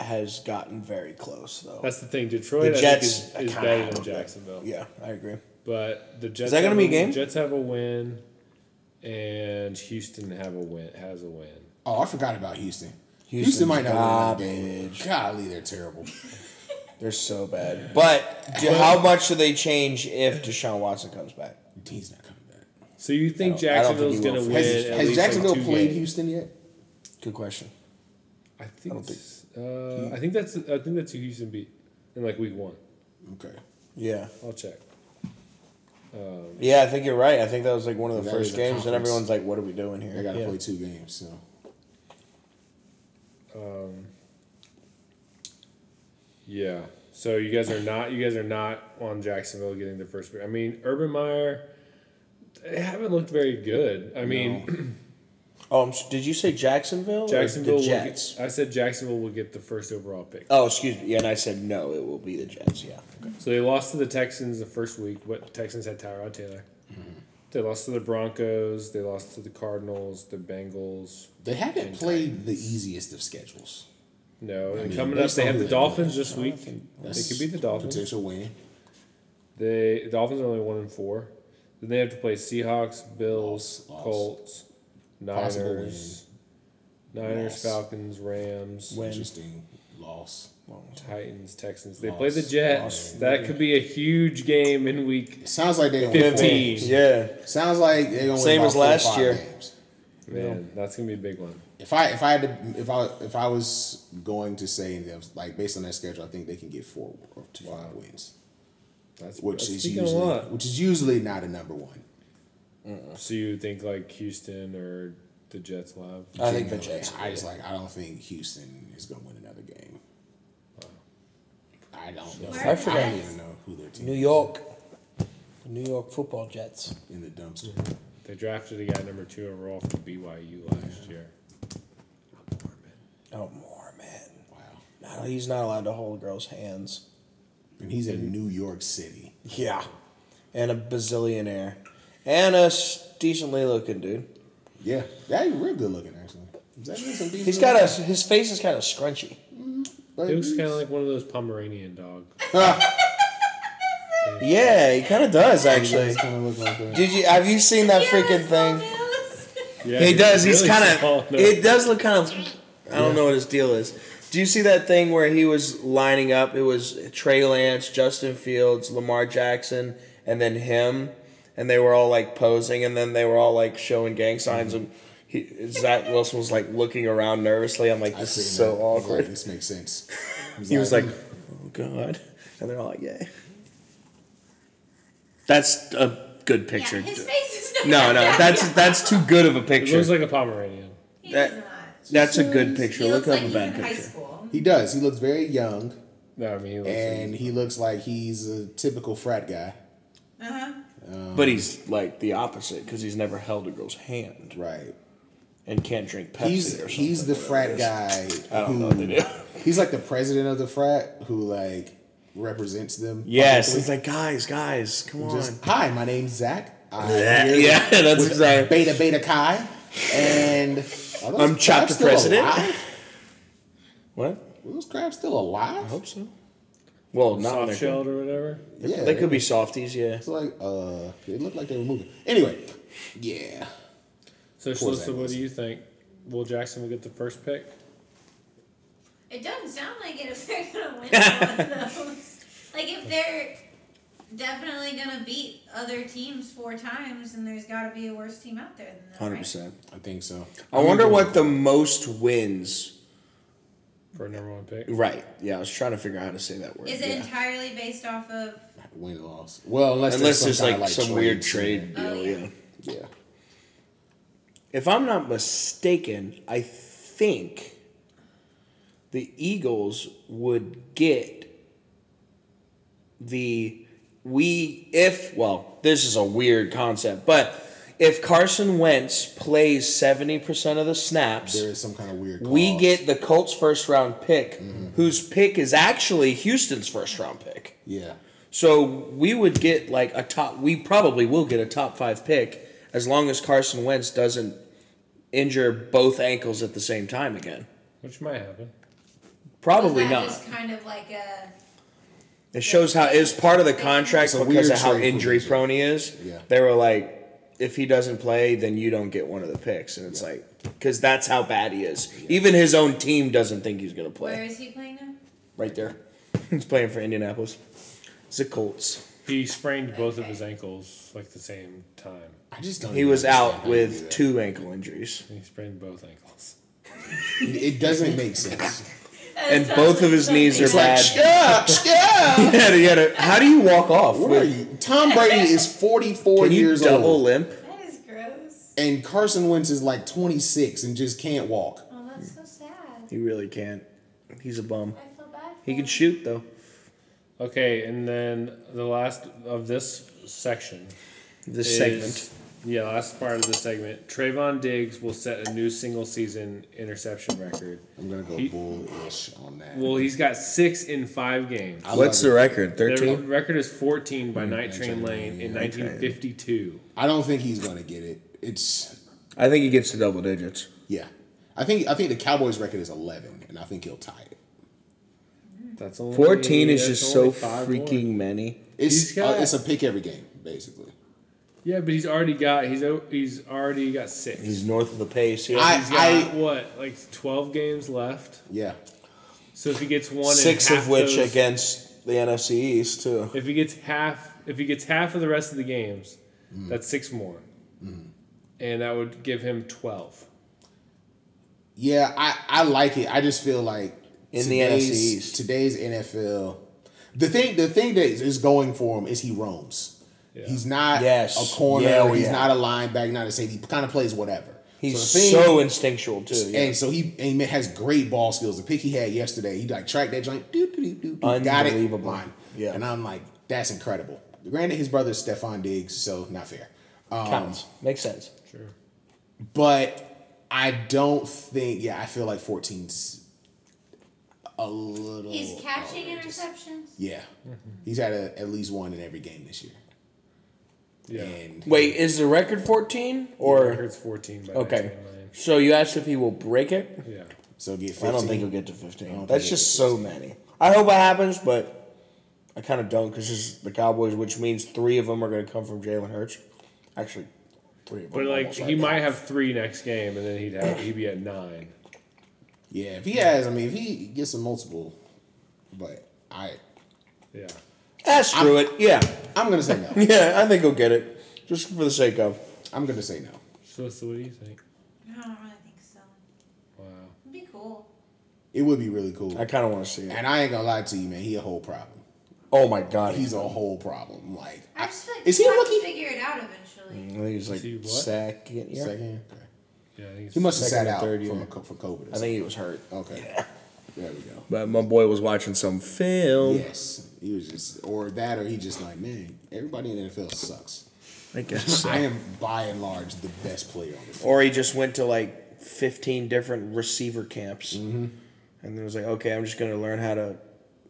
has gotten very close, though.
That's the thing. Detroit
The
I
Jets
think is, is
kinda
better than
look good.
Jacksonville.
yeah, I agree.
But the Jets
that gonna
have
be a game?
Jets have a win, and Houston have a win has a win.
Oh, I forgot about Houston.
Houston's
Houston might not win that
garbage.
game. Golly, they're terrible.
They're so bad. But do, how much do they change if Deshaun Watson comes back?
He's not coming back.
So you think
I don't- I don't
Jacksonville's
think he
going to
will.
win?
Has,
at
has
least,
Jacksonville
like two
played
games?
Houston yet?
Good question.
I think.
I don't
it's- uh, I think that's. I think that's who Houston beat in like week one.
Okay.
Yeah.
I'll check.
Yeah, I think you're right. I think that was like one of the
That
first
is a
games, and
conference.
everyone's like, what are we doing here?
They got to
Yeah.
play two games, so.
Yeah. So you guys are not. You guys are not on Jacksonville getting the first. pick. I mean, Urban Meyer. They haven't looked very good. I mean,
Oh, I'm s- did you say Jacksonville? or
Jacksonville.
The
will get-
Jets.
I said Jacksonville will get the first overall pick.
Oh, excuse me. Yeah, and I said no. It will be the Jets. Yeah.
So they lost to the Texans the first week. What Texans had Tyrod Taylor.
Mm-hmm.
They lost to the Broncos. They lost to the Cardinals. The Bengals.
They haven't played the easiest of schedules.
No, and
mean,
coming
they
up they
still
have
do
the
that.
Dolphins this week. They
That's
could beat the Dolphins.
Potential win.
They the Dolphins are only one and four. Then they have to play Seahawks, Bills,
Loss, loss.
Colts,
Possible
Niners, Niners,
Loss.
Falcons, Rams,
Interesting loss.
Titans, Texans. They play the
Loss,
Jets. That could be a huge game in week.
It sounds like they're going to win.
15.
Yeah.
Sounds like they're going to
Same
win
as
about four or
last
five
year.
Games.
Man, that's gonna be a big one.
If I if I had to if I if I was going to say that was, like based on that schedule, I think they can get four or to five wins,
That's
which
that's
is
speaking a
usually
lot.
which is usually not a number one.
So you think like Houston or the Jets will have?
I think the
Generally,
Jets.
I just like I don't think Houston is going to win another game. I don't know.
I
forgot.
I don't even know who their team
New York. The New York football Jets.
is in the dumpster.
They drafted a guy number two overall from BYU last year.
Oh, Mormon.
Wow.
No, he's not allowed to hold girls' hands.
And he's in New York City.
Yeah. and a bazillionaire and a s- decently looking dude.
Yeah, that is real good looking actually. Is that really some decent
He's got a his face is kind of scrunchy.
He
looking-
looks kind of like one of those Pomeranian dog.
Yeah, he kind of does actually.
He's kinda look like that.
Did you have you seen that freaking thing?
Yeah,
He does. He's
really
kind
small,
of.
though.
It does look kind of. I don't know what his deal is. Do you see that thing where he was lining up? It was Trey Lance, Justin Fields, Lamar Jackson, and then him, and they were all like posing, and then they were all like showing gang signs. And he, Zach Wilson was like looking around nervously. I'm like,
I
this
seen
is so
that. I was like,
awkward.
this makes sense.
He was like, oh god, and they're all like, yeah. That's a good
Yeah,
picture.
his face is
No,
not.
no, that's that's too good of a
It
picture.
looks like a Pomeranian.
He
that-
does not.
That's a good picture.
He
Look
looks
up
like
a
he's
bad
in high
picture.
school.
he does. He looks very young,
No, I mean he looks.
and
like,
he looks like he's a typical frat guy.
Uh
Uh-huh.
huh.
But he's like the opposite because he's never held a girl's hand
Right.
and can't drink Pepsi or
He's
something.
he's the frat guy
I don't know what
who
they do.
he's like the president of the frat who like represents them.
Yes,
publicly.
he's like guys, guys, come on.
Just, hi, my name's Zach. I
yeah,
am
yeah, that's
with
exactly.
Beta Beta Chi, and are those
I'm chapter
crabs still
president.
alive?
What?
Are those crabs still alive?
I hope so. Well, not when
soft
they're-
shelled or whatever.
Yeah,
They could be softies, yeah.
It's like uh, it looked like they were moving. Anyway, yeah.
So
Poor
Shalissa, what
Zach
do you think? Will Jackson will get the first pick?
It doesn't sound like it if they're gonna win one of those. Like if they're definitely gonna beat other teams four times, then there's got to be a worse team out there than them.
Hundred
right?
percent.
I think so.
I wonder what the most wins.
For a number one pick.
Right. Yeah, I was trying to figure out how to say that word.
Is it
yeah.
entirely based off of?
win or loss. Well, unless
Unless there's
kind
like,
of,
some weird trade
Oh,
deal,
yeah.
yeah.
Yeah.
If I'm not mistaken, I think the Eagles would get the we if well, this is a weird concept, but if Carson Wentz plays 70% of the snaps,
There is some kind of weird.
we
clause.
get the Colts first round pick, whose pick is actually Houston's first round pick.
Yeah.
So we would get like a top. We probably will get a top five pick as long as Carson Wentz doesn't injure both ankles at the same time again.
Which might happen.
Probably
was that
not.
Just kind of like a.
It shows how it was part of the contract
It's a
because
weird
of how
trade
injury
provision.
prone he is.
Yeah.
They were like, if he doesn't play, then you don't get one of the picks, and it's like because that's how bad he is. Even his own team doesn't think he's gonna
Where
play.
is he playing now?
Right there, he's playing for Indianapolis. It's the Colts.
He sprained both of his ankles like the same time.
Oh, I just don't.
He
even
was
understand how
out
you do
with
that.
two ankle injuries.
He sprained both ankles.
It, it doesn't make sense.
And both of his knees are bad.
yeah, yeah.
Yeah, you gotta- how do you walk off?
Where are
With,
you? Tom Brady is forty-four
can you
years
double
old,
limp?
That is gross.
and Carson Wentz is like twenty-six and just can't walk.
Oh, that's so sad.
He really can't. He's a bum.
I feel bad.
He can shoot though.
Okay, and then the last of this section.
This
is-
segment.
Yeah, last part of the segment. Trayvon Diggs will set a new single season interception record.
I'm gonna go
He-
bullish on that.
Well, he's got six in five games.
I
What's
love
the
it.
record?
Their
13?
record is 14 by Night Train
Train
Lane
Lane,
in
yeah.
1952.
I don't think he's gonna get it. It's
I think he gets to double digits.
yeah. I think I think the Cowboys record is eleven, and I think he'll tie it.
That's only
14 is
that's
just
only
so
five more.
freaking many.
It's
He's got-
uh, it's a pick every game basically.
Yeah, but he's already got he's o- he's already got six.
He's north of the pace. He
I-
He's got what like 12 games left.
Yeah.
So if he gets one,
six
and
of
half
which
those-
against the NFC East too.
If he gets half, if he gets half of the rest of the games, that's six more, and that would give him twelve.
Yeah, I, I like it. I just feel like
In the
today's-
NFC East.
today's NFL. The thing the thing that is going for him is he roams.
Yeah.
He's not
Yes.
a corner.
Yeah, oh,
he's
yeah.
not a linebacker. Not a safety. He kind of plays whatever.
He's
the thing-
so instinctual too. yeah.
and so he and he has great ball skills. The pick he had yesterday, he like tracked that joint, doo, doo, doo, doo, doo, got it,
Unbelievable.
line.
Yeah.
and I'm like, that's incredible. Granted, his brother is Stephon Diggs, so not fair. Um,
Counts. Makes sense.
Sure.
but I don't think. Yeah, I feel like 14's a little.
Oh,
He's catching
outrageous.
interceptions.
Yeah, he's had a, at least one in every game this year.
Yeah.
And
Wait, is the record 14
I heard
or
it's 14 by
okay?
1999.
So you asked if he will break it.
Yeah.
so get 15.
I don't think he'll get to 15.
don't
That's
think
just so many. I hope it happens, but I kind of don't because it's the Cowboys, which means three of them are going to come from Jalen Hurts. Actually, three of them.
But like
almost
he
right
might
now.
have three next game, and then he'd have he'd be at nine.
Yeah, if he has, I mean, if he gets a multiple, but I,
Yeah.
Ah, screw it. Yeah.
I'm gonna say no.
Yeah, I think he'll get it. Just for the sake of.
I'm gonna say no.
So, so what do you think?
I don't really think so.
Wow.
It'd be cool.
It would be really cool.
I kind of want to see it.
And I ain't gonna lie to you, man. He a whole problem.
Oh my God.
He's a whole problem. Like,
I just feel like
is he a
people have to
rookie?
figure it out eventually.
I think he's like
Is he what?
second year.
Second. Okay.
Yeah. I think it's-
He must have
Second
sat
or
out
third
from
year.
a, co- for COVID. Or
I think he was hurt. Oh,
something. Okay. There we go.
But my boy was watching some film.
Yes, he was just or that or he just like man. Everybody in the NFL sucks.
I guess.
I am by and large the best player on the field.
Or he just went to like 15 different receiver camps. And then was like, okay, I'm just going to learn how to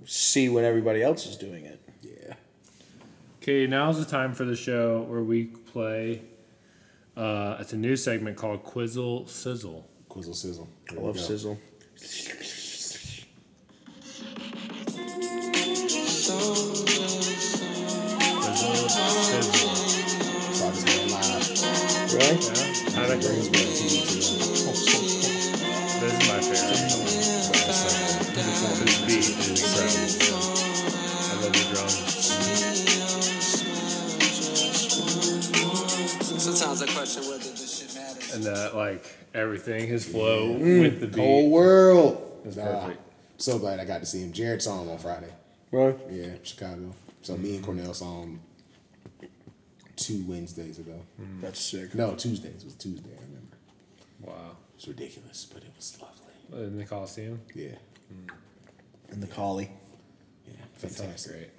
see when everybody else is doing it.
Yeah.
Okay, now's the time for the show where we play. Uh, it's a new segment called Quizzle Sizzle.
Quizzle sizzle. There
I
we
love
go.
sizzle.
Quizzle Sizzle.
Saw this man live.
Really?
Yeah, I like
Brings
this.
me to TV
This is my favorite. This beat is incredible. I love the drums.
Sometimes I question whether this shit matters.
and that like everything, his flow with the beat.
too. Whole world.
That's
Nah.
perfect.
So glad I got to see him. Jared saw him on Friday.
Really?
Yeah, Chicago. So me and Cornell saw him two Wednesdays ago.
That's sick.
No, Tuesdays. It was Tuesday, I remember.
Wow.
It's ridiculous, but it was lovely.
In the Coliseum.
Yeah.
And the collie.
Yeah.
That sounds
Fantastic.
great.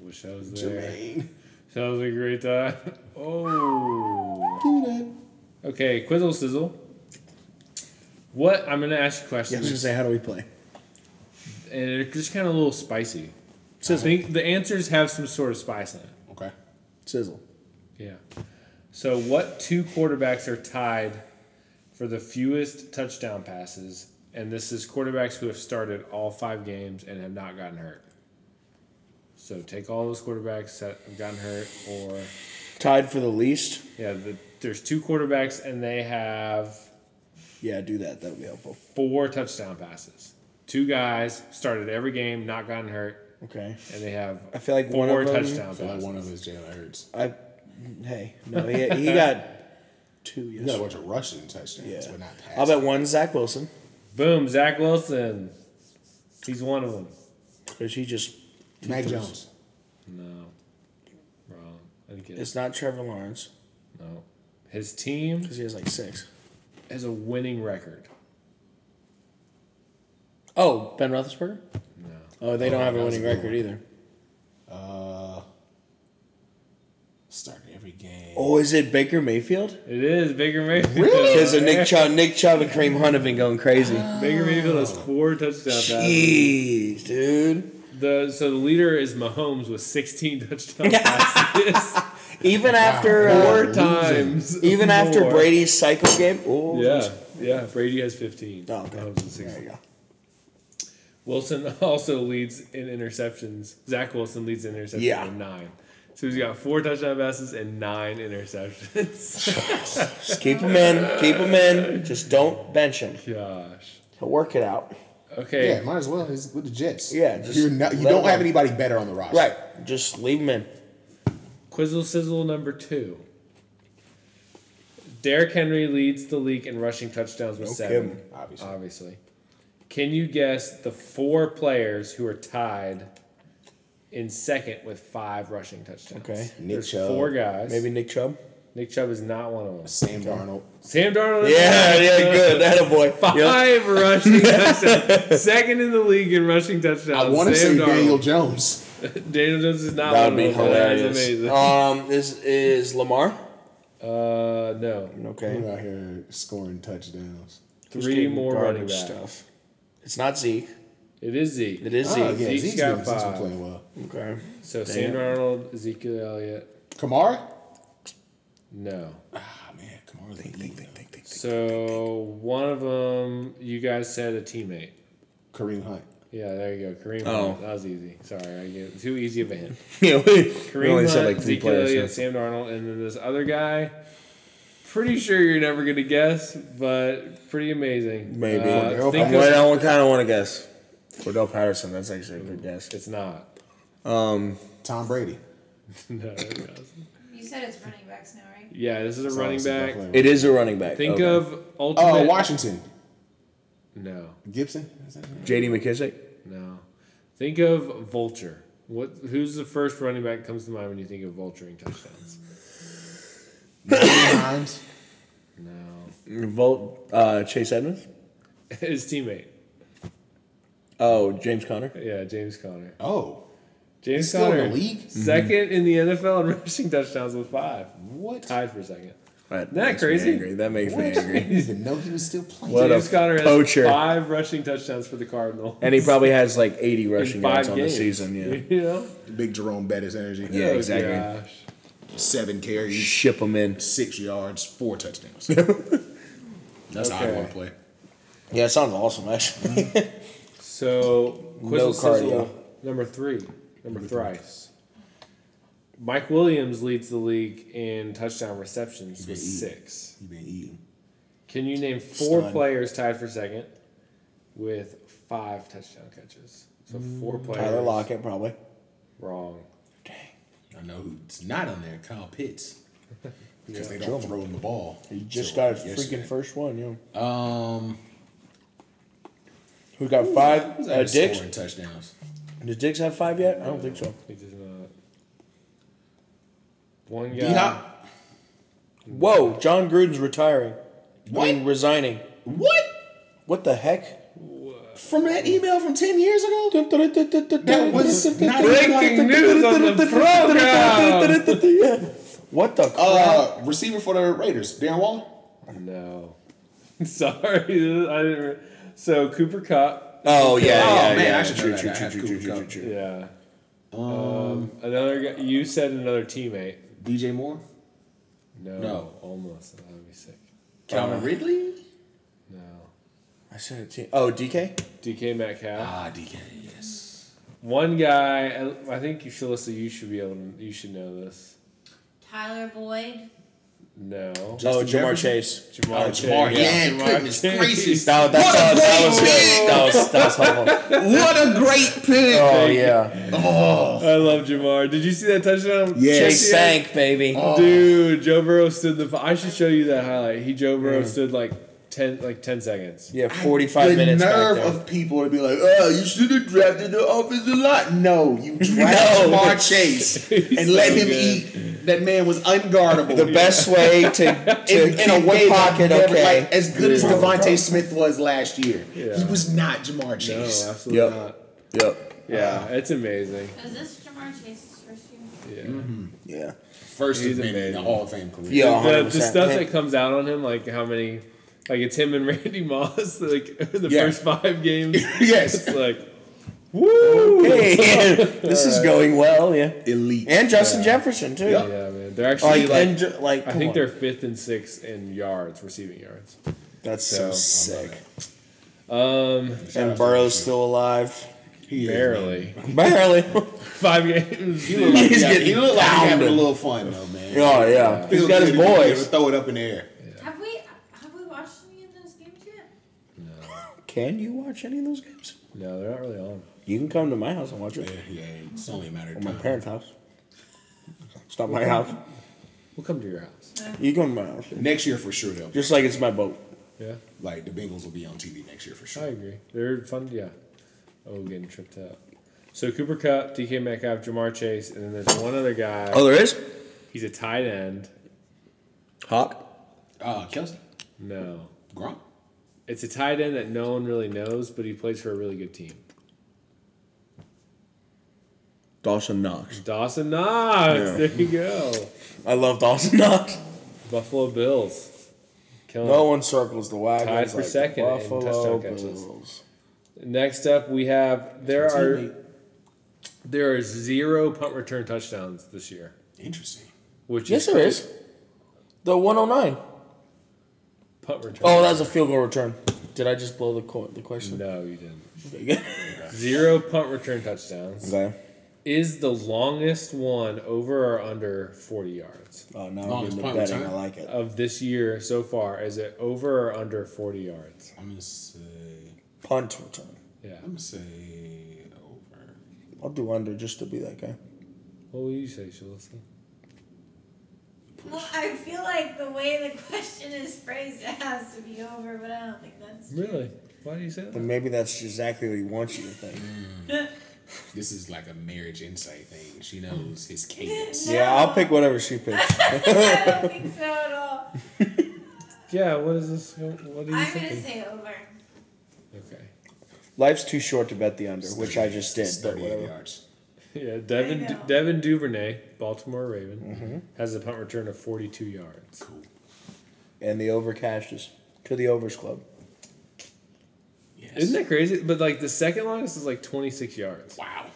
Wish I was there.
Jermaine.
Sounds like a great time. Oh.
Do that.
Okay, Quizzle Sizzle. What I'm gonna ask you
Yeah, I was
questions,
going to say, how do we play?
and it's just kind of a little spicy. So I think the answers have some sort of spice in it.
Okay.
Sizzle.
Yeah. So, what two quarterbacks are tied for the fewest touchdown passes? And this is quarterbacks who have started all five games and have not gotten hurt. So, take all those quarterbacks that have gotten hurt, or
Tied for the least?
yeah, the, there's two quarterbacks and they have
Yeah, do that. That would be helpful.
four touchdown passes. Two guys started every game, not gotten hurt,
Okay.
and they have
I feel like
four
one of them-
touchdown
I feel like
passes.
one of them is Jalen Hurts.
I. Hey, no, he, he got two
You got
yesterday.
a bunch of rushing touchdowns,
Yeah.
but not passing.
I'll bet one Zach Wilson
Boom, Zach Wilson. He's one of them.
because he just.
Mac Jones.
No. Wrong. I think it's
It's not Trevor Lawrence
no. His team
because he has like six.
has a winning record.
Oh, Ben Roethlisberger.
No.
Oh, they don't have a
that was
winning
a good
record either.
one. Uh, started every game.
Oh, is it Baker Mayfield?
It is Baker Mayfield.
Because of Nick Chubb, Nick Chubb and Kareem Hunt have been going crazy.
Baker Mayfield has four touchdown passes.
Oh, Jeez, dude.
The so the leader is Mahomes with sixteen touchdown passes.
Even after
Four
uh,
times.
even after
more.
Brady's cycle game. Oh,
Yeah, yeah. Brady has fifteen.
Oh, okay.
Mahomes has
There you
16.
go.
Wilson also leads in interceptions. Zach Wilson leads in interceptions
Yeah.
with nine. So he's got four touchdown passes and nine interceptions.
Just keep him in. Keep him in. Just don't bench him.
Gosh.
He'll work it out.
Okay.
Yeah, might as well. He's with the Jets.
Yeah, just
You're not, you
let
don't
him
have
go.
anybody better on the roster.
Right. Just leave him in.
Quizzle Sizzle number two. Derrick Henry leads the league in rushing touchdowns with
No
seven.
kidding,
obviously.
Obviously. Can you guess the four players who are tied in second with five rushing touchdowns?
Okay.
Nick
There's
Chubb.
Four guys.
Maybe Nick Chubb.
Nick Chubb is not one of them.
Sam Darnold.
Sam Darnold. is
Yeah,
not
yeah,
one of
good.
them.
That a boy.
Five rushing touchdowns. Second in the league in rushing touchdowns.
I want to
Sam
say Daniel
Darnold.
Jones.
Daniel Jones is not
That would
one
be
of them. That's
hilarious.
amazing.
Um, this is Lamar. Oh.
uh, no.
Okay.
Who out here scoring touchdowns.
Just
Three
getting
more
garbage
running backs.
It's not Zeke.
It is Zeke.
It is
Oh,
Zeke.
yeah,
Zeke's
Zeke's
got
been, Zeke's been
five.
playing well.
Okay.
So
Damn.
Sam Darnold, Ezekiel Elliott,
Kamara?
No.
Ah, man. Kamara's think, think, think, think, think,
So one of them, you guys said a teammate.
Kareem Hunt.
Yeah, there you go, Kareem.
Oh.
Hunt. that was easy. Sorry, I get too easy of a hint.
Yeah, we, we
Kareem
only
Hunt,
said like three
Zeke
players.
Elliott,
so-
Sam Darnold, and then this other guy. Pretty sure you're never gonna guess, but pretty amazing.
Maybe.
Uh,
I'm
think
wait,
of,
I kind of want to guess. Cordell Patterson. That's actually a good guess.
it's not.
Um,
Tom Brady.
No, it wasn't.
You said it's running backs now, right?
yeah, this is a running
It's
back.
definitely-
it is a running back.
Think
Okay.
of ultimate.
Oh, Washington.
No,
Gibson? Is that him?
J.D. McKissick.
no. Think of vulture. What? Who's the first running back that comes to mind when you think of vulturing touchdowns?
Hines?
No,
Volt uh, Chase Edmonds.
his teammate.
Oh, James Conner.
Yeah, James Conner.
Oh.
James
He's still in
Conner,
the league?
2nd in the NFL in rushing touchdowns with five,
What? I
tied for second.
That
that
makes me
crazy?
angry. That makes me angry.
didn't even know he was still playing.
What
James
a
Conner has
poacher.
five rushing touchdowns for the Cardinal.
And he probably has like 80
in
rushing
five
yards on the
games.
season. Yeah.
you know.
Big Jerome Bettis energy.
Yeah,
Oh,
exactly.
gosh.
Seven carries,
Ship him in.
six yards, four touchdowns. That's how I
Okay.
want to play.
Yeah, it sounds awesome actually.
So quiz
No
and sizzle,
cardio.
number three, number thrice. Mike Williams leads the league in touchdown receptions with six.
You been eating.
Can you name four
Stunned.
players tied for second with five touchdown catches? So four players.
Tyler Lockett probably.
Wrong.
I know who's not on there, Kyle Pitts. Because they don't throw him the ball.
He just
So,
got his
yesterday.
freaking first one. You know.
Um,
Who got five?
who's
Uh,
out
Dix.
scoring touchdowns.
Did Dix have five yet? I don't think so.
He does not. One guy.
D-Hop.
Whoa, John Gruden's retiring.
What?
I mean, resigning.
What?
What the heck?
From that email from 10 years ago? That was not
Breaking news on the program.
What the crap?
Uh, receiver for the Raiders, Darren Waller.
No. Sorry, I didn't. Re- so Cooper Cup.
oh, yeah, yeah,
man,
yeah.
I should know
True,
that.
true,
I
true,
have
true,
Cooper
true,
Cup.
true, true.
Yeah. Um, another guy. You said another teammate.
DJ Moore,
No.
No.
Almost. That would be sick.
Calvin
Uh,
Ridley.
No.
I said a team. Oh, DK?
DK Metcalf.
Ah, DK. Yes.
One guy. I- I think you, Shalissa, you should be able to. You should know this.
Tyler Boyd.
No.
oh,
Justin
Jamar
Jefferson?
Chase.
Jamar.
Oh,
Chase.
Jamar. Yeah,
Jamar
goodness
Chase.
gracious.
That, that,
What a
that,
great
was,
pick!
that was that was helpful.
What a great pick.
Oh yeah,
Oh,
I love Jamar. Did you see that touchdown?
Yes. Oh,
Chase
Yeah.
sank, baby.
Dude, Joe Burrow stood the. I should show you that highlight. He Joe Burrow stood like ten, like ten seconds.
Yeah, forty-five
the
minutes.
nerve
back there.
of people to be like, "Oh, you should have drafted the offensive line." No, you drafted Jamar Chase and let
so
him
good.
eat. That man was unguardable.
the best way to, to
in, in a way
the
that
pocket.
never-
okay,
like, as good as Devontae Smith was last year, he
Yeah.
was not Jamar
No,
Chase.
absolutely
Yep.
not.
yep.
Yeah, it's amazing.
Is this Jamar Chase's first year?
Yeah,
Yeah.
First
He's
of men in the
amazing.
Hall of Fame career.
Yeah.
the,
100%.
the stuff
Hey.
that comes out on him, like how many, like it's him and Randy Moss, like the
Yeah.
first five games.
yes,
It's like, woo!
Hey, this is going well. Yeah,
elite.
and Justin Jefferson too.
Yeah, man, they're actually
Like,
like.
and ju- like
I
come
think
on.
they're fifth and sixth in yards, receiving yards.
that's so
so-
sick.
Um,
And Burrow's still alive.
He is, man.
barely
Barely. Oh,
five games.
He looked like
He's
he, had- he
getting
looked like he having a
pounded.
little fun though, man.
Oh yeah, he's
Feels
got his
good to be able to
boys.
Throw it up in the air.
Have we have we watched any of those games yet?
Can you watch any of those games?
No, they're not really on.
You can come to my house and watch it.
Yeah, it's only a matter of
Or my
time.
parents' house. It's not my house.
We'll come to your house.
You come to my house.
Next year for sure, though.
Just like it's my boat.
Yeah.
Like the Bengals will be on TV next year for
I
sure.
agree. They're fun. Yeah. Oh, getting tripped up. So Cooper Cup, DK Metcalf, Jamar Chase, and then there's one other guy.
there is?
He's a tight end.
Hawk.
Uh, Kelsey
No,
Gronk.
it's a tight end that no one really knows, but he plays for a really good team.
Dawson Knox.
Dawson Knox.
Yeah.
There you go.
I love Dawson Knox.
Buffalo Bills. Killing
No
it.
one circles the wagon.
Oh. Tied for
like the
second in
Buffalo
touchdown catches.
Bills.
Next up, we have there are there are zero punt return touchdowns this year.
Interesting.
which
Yes,
is
there is. The 109.
punt return.
Oh, that was a field goal return. Did I just blow the co- the question?
no, you didn't. Zero punt return touchdowns
okay.
is the longest one over or under forty yards
Oh, now
Long
we're
as
getting the
punt
betting. I
return.
like it.
of this year so far. Is it over or under forty yards?
I'm gonna say.
Punt return.
Yeah.
I'm gonna say over.
I'll do under just to be that guy.
What will you say, Shalissa?
Well, I feel like the way the question is phrased, it has to be over, but I don't think that's.
Really? Why do you say
And
that?
maybe that's exactly what he wants you to think.
This is like a marriage insight thing. She knows his cadence.
Yeah, I'll pick whatever she picks.
I don't think so at all.
Yeah. What is this? What are you
I'm gonna
thinking?
say over.
Okay.
Life's too short to bet the under, which I just did. But
38
whatever.
yards.
Yeah, Devin
I know.
Devin Duvernay, Baltimore Raven,
Mm-hmm.
has a punt return of 42 yards.
Cool.
And the over cashes to the overs club.
Yes.
Isn't that crazy? But like the second longest is like 26 yards.
Wow.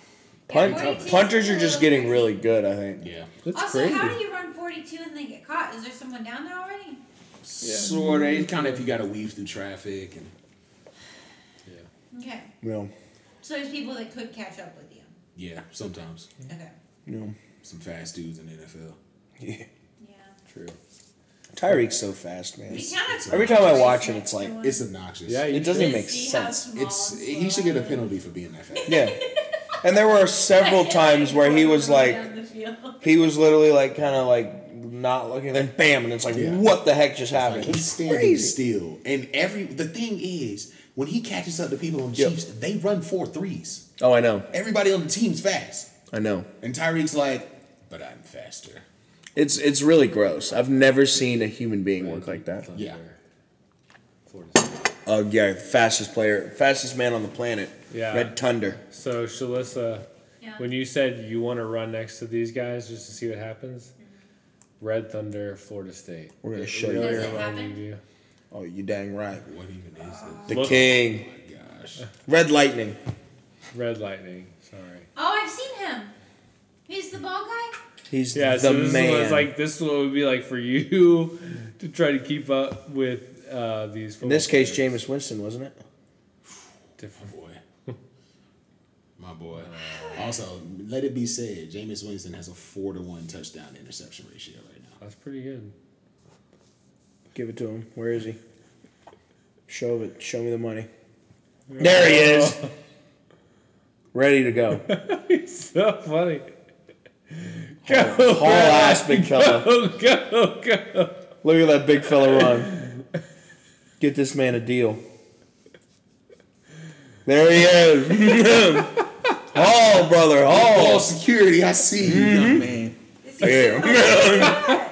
Punt,
Yeah, 42 is
punters are
a
just
little
getting
crazy.
really good, I think.
Yeah.
That's
also,
crazy.
how do you run 42 and then get caught? Is there someone down there already?
Sort of. It's kind of if you got to weave through traffic and
Okay.
No,
So there's people that could catch up with you.
yeah, sometimes
Okay.
no.
some fast dudes in the NFL.
Yeah.
Yeah.
True.
Tyreek's so fast, man.
We kind of
Every time I watch him, it's like-
It's obnoxious.
Yeah, you
It doesn't make sense.
It's he should get a penalty for being that fast.
Yeah. And there were several times where he was like, he was literally like, kind of like not looking, then bam, and it's like,
Yeah.
what the heck just happened?
He's standing
Crazy.
still, and every the thing is when he catches up to people on the
Yep.
Chiefs, they run four threes.
Oh, I know.
Everybody on the team's fast,
I know.
and Tyreek's like, "But I'm faster."
It's it's really gross. I've never seen a human being work like that.
Yeah.
Florida State.
Uh, yeah, fastest player, fastest man on the planet.
Yeah.
Red Thunder.
So Shalissa,
Yeah.
when you said you want to run next to these guys just to see what happens,
Mm-hmm.
Red Thunder, Florida State.
We're gonna
It
show you.
really
Does it
reminded
happen?
you.
Oh, you dang right.
What even is
The
Look.
king.
this? Gosh.
Red Lightning.
Red Lightning. Sorry.
Oh, I've seen him. He's the ball guy.
He's
Yeah,
the
so this
man.
was like this is what it would be like for you to try to keep up with uh, these.
In this case, Jameis Winston, wasn't it?
Different.
boy. My boy. Also, let it be said, Jameis Winston has a four to one touchdown to interception ratio right now.
That's pretty good.
Give it to him. Where is he? Show it. Show me the money. There he is. Ready to go.
so funny.
Whole ass big fella.
Go, go, go.
Look at that big fella run. Get this man a deal. There he is. Haul, brother.
Oh,
Haul.
security, I see you, young man.
Is he
Yeah.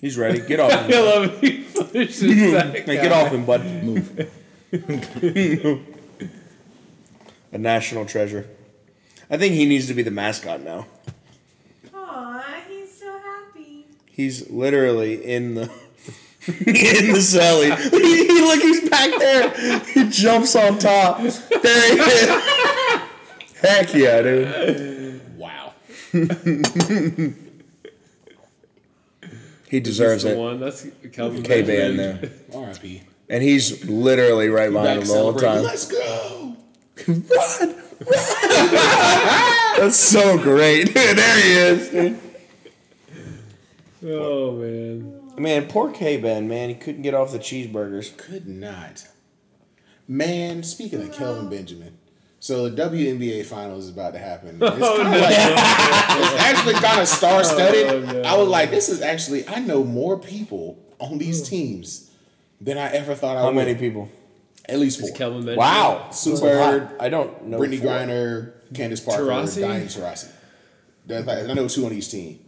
He's ready. Get off
I
him.
love he finishes that.
Hey, get off him, bud. Move. a national treasure. I think he needs to be the mascot now.
Aw, he's so happy.
He's literally in the in the celly. Look, he's back there. He jumps on top. There he is. Heck yeah, dude.
Wow.
He deserves
That's the
it.
one. That's Calvin
K
Benjamin.
band there,
R.I.P.
and he's literally right behind
Back
him the whole
celebrating.
time.
Let's go.
That's so great. there he is. dude.
Oh man.
Man, poor K Ben. Man, he couldn't get off the cheeseburgers.
Could not. Man, speaking of Kelvin Benjamin, so the WNBA finals is about to happen. It's, kinda like- it's actually kind of star studded.
Oh, no.
I was like, this is actually, I know more people on these teams than I ever thought I
How
would.
many people?
At least
It's
four.
Calvin Benjamin.
Wow,
Super.
I don't know.
Brittany
four.
Griner, Candace Parker,
Taurasi?
Diane Taurasi. That's like- I know two on each team.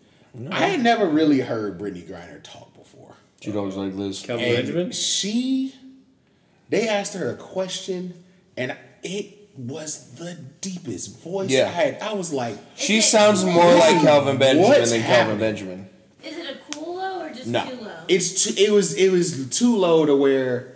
I had never really heard Brittany Griner talk before.
She'd always like Liz.
Calvin
And
Benjamin.
She, they asked her a question, and it was the deepest voice
Yeah.
I had. I was like,
She
Is it-
sounds more like Calvin Benjamin
What's
than
happening?
Calvin Benjamin.
Is it a cool low or just
No.
too low?
it's too, it was it was too low to where.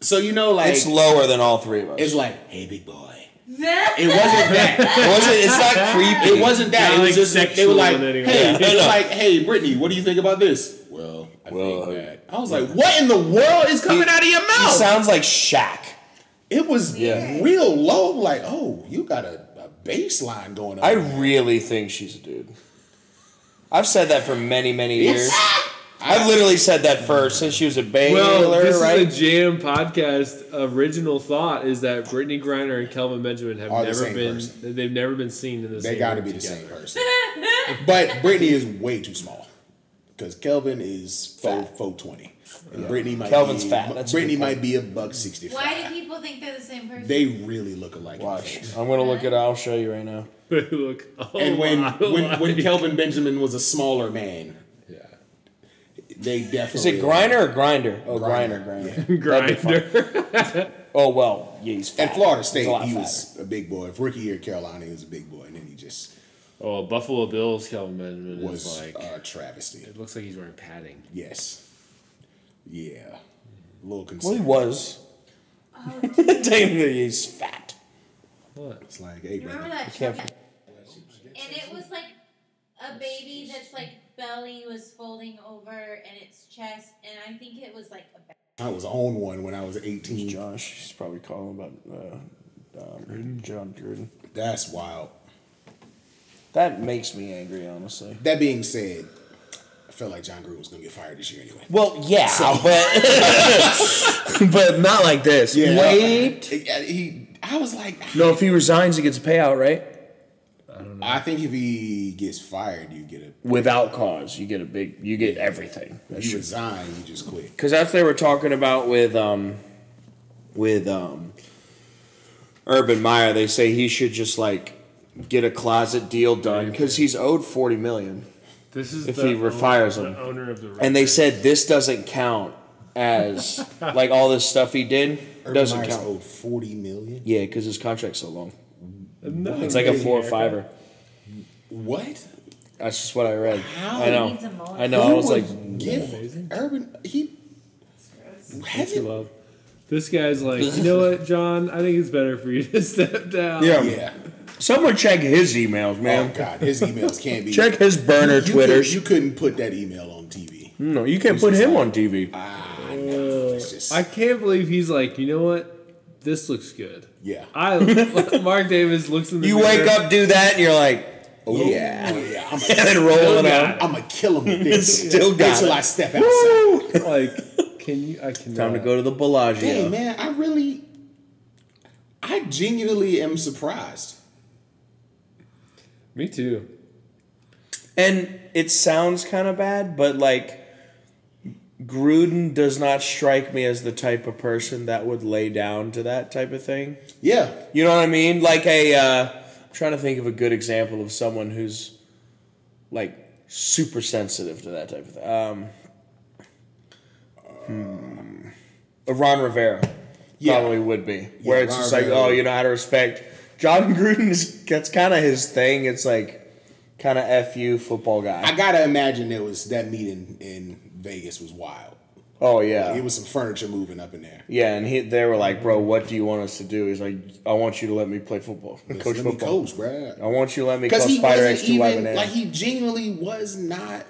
So you know, like
It's lower than all three of us.
It's like, hey, big boy. It wasn't that.
It wasn't, it's not creepy.
It wasn't that.
Not
it
like
was just they
sexual
were like,
in any way.
hey,
Yeah.
they were like, hey, Brittany, what do you think about this? Well, I
Well,
think that. I was like, what in the world is coming out of your
He
mouth?
sounds like Shaq.
it was
Yeah.
real low. Like, oh, you got a, a baseline going on.
I really think she's a dude. I've said that for many, many years. I've literally said that for since she was a baby,
Well, this
right?
is a jam podcast. Original thought is that Brittany Griner and Kelvin Benjamin have
Are the
never
same
been.
person.
They've never been seen in the
they
same.
got to
room
be the
together.
same person. but Brittany is way too small because Kelvin is
Fat.
faux twenty. And Brittany might
Kelvin's
be,
fat. That's a
Brittany
good point.
might be a buck sixty five.
Why do people think they're the same person?
They really look alike. in
Watch.
photos.
I'm gonna look it. up. I'll show you right now.
Oh,
They look.
Oh
a
And when
lot
when, when
alike.
Kelvin Benjamin was a smaller man,
yeah.
they definitely
Is it Griner or Grinder? Oh,
Griner.
Griner, Griner.
Grinder.
Oh well, yeah, he's fat.
At Florida
He's a
State,
lot
he
fatter.
was a big boy. Rookie year at Carolina, he was a big boy, and then he just
Oh, Buffalo Bills Kelvin Benjamin
was
is like.
uh, travesty.
it looks like he's wearing padding.
Yes. Yeah. A little
Well, he
concerned.
was. Damn, he's fat.
What?
It's like, hey,
You remember
brother.
that show?
Can't-
And it was like a baby that's like belly was folding over and its chest, and I think it was like a baby.
I was on one when I was 18.
Josh, he's probably calling about uh, um, John Gruden.
That's wild.
That makes me angry, honestly.
That being said, I felt like John Gruden was going to get fired this year anyway.
Well, yeah, but but not like this.
Yeah.
Wait.
It- he, I was like,
No, if he resigns, he gets a payout, right?
I think if he gets fired, you get a.
Without cause, you get a big, you get everything.
You resign, you just quit.
Because that's what they were talking about with um, with um, Urban Meyer. They say he should just like get a closet deal done because he's owed forty million.
This is
If
the
he
own-
refires
the
him.
owner of the
And they
Raiders.
said this doesn't count as like all this stuff he did
Urban
doesn't
Meyer's
count.
owed 40 million.
Yeah, because his contract's so long.
Another
It's like a
Brady
four or
haircut.
fiver.
What?
That's just what I read.
How?
I
He needs a
know.
mullet.
I know. I
Who
was like,
would give Urban. He. Has
Thanks,
he-
love. This guy's like, you know what, John? I think it's better for you to step down.
yeah.
Yeah.
Someone check his emails,
Oh,
man.
God. His emails can't be.
Check his burner
You
Twitter.
Could, you couldn't put that email on TV.
no, you can't put him on TV.
Ah, no, it's just,
I can't believe he's like, you know what? This looks good.
yeah.
I Mark Davis looks in the
You
mirror.
wake up, do that, and you're like, oh
Oh,
yeah,
yeah.
and
I'm
then roll it
Yeah.
out.
a, I'm a kill him with this.
Still got
until
it.
I step outside.
like, can you? I can.
Time to go to the Bellagio.
Hey man, I really, I genuinely am surprised.
Me too.
And it sounds kind of bad, but like Gruden does not strike me as the type of person that would lay down to that type of thing.
Yeah,
You know what I mean? Like a, uh, I'm trying to think of a good example of someone who's like super sensitive to that type of thing. Um, hmm. Ron Rivera
Yeah.
probably would be, where it's
Ron
just like,
Rivera.
oh, you know how to respect. John Gruden is that's kind of his thing. It's like kind of fu football
I
guy.
gotta imagine there was that meeting in Vegas was wild.
Oh yeah,
It was some furniture moving up in there.
yeah. And he, they were like, bro, what do you want us to do? He's like, I want you to let me play football, coach
Let me
football. Oh,
coach, bruh.
I want you to let me
Because
call
he
Spider
wasn't
X two Y
even
banana.
like he genuinely was not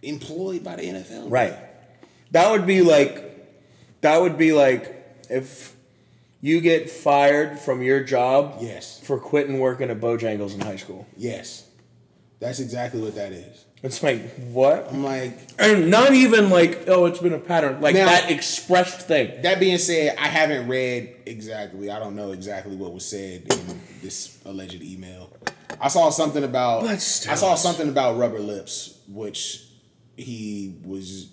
employed by the NFL.
Right. That would be like that would be like if you get fired from your job
Yes.
for quitting working at Bojangles in high school.
Yes, that's exactly what that is.
It's like what?
I'm like,
And not even like oh it's been a pattern. Like
Now-
that expressed thing.
that being said, I haven't read exactly. I don't know exactly what was said in this alleged email. I saw something about.
But still.
I saw something about rubber lips, which he was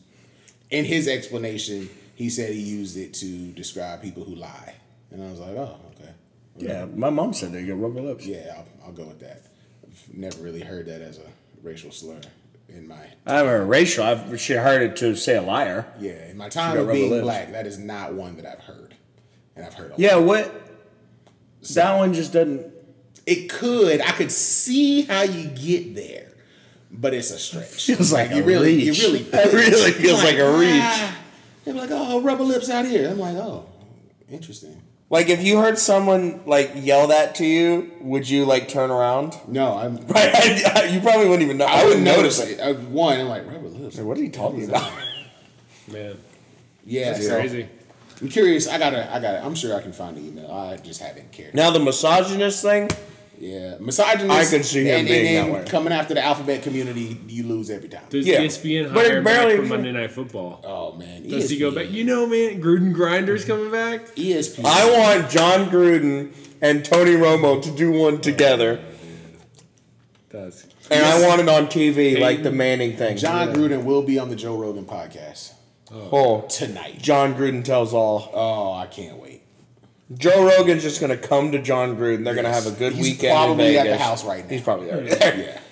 in his explanation. He said he used it to describe people who lie, and I was like, oh, okay,
Yeah, my mom said they get rubber lips.
yeah, I'll, I'll go with that. I've never really heard that as a racial slur in my
I haven't heard racial. I've she heard it to say a liar.
yeah in my time
got
of
rubber
being
lips.
black. That is not one that I've heard, and I've heard a lot.
Yeah, what? That one just doesn't.
It could. I could see how you get there, but it's a stretch.
Feels like
you
a
really,
reach.
you really,
It really feels like a reach.
They're like, oh, rubber lips out here. I'm like, oh, interesting.
Like if you heard someone like yell that to you, would you like turn around?
No, I'm.
Right, I, you probably wouldn't even know.
I wouldn't notice it. I, one, I'm like rubber lips.
What are you talking about?
Man,
Yeah,
that's
so
crazy.
I'm curious. I gotta. I gotta. I'm sure I can find the email. I just haven't cared.
Now the misogynist thing.
Yeah, misogynist.
I can see him
and,
being
and,
that way.
and coming after the alphabet community. You lose every time.
Does E
Yeah.
ESPN
But it
hire barely,
barely- E
back for Monday Night Football?
oh man,
Does he go back? You know, man, Gruden Grinder's coming back.
ESPN.
I want John Gruden and Tony Romo to do one together,
Does
and I want it on TV like the Manning thing.
John Gruden will be on the Joe Rogan podcast
oh,
tonight.
John Gruden tells all.
Oh, I can't wait.
Joe Rogan's just gonna come to John Gruden. They're gonna have a good
He's
weekend.
probably
in
at the
Vegas.
house right now.
He's probably already there.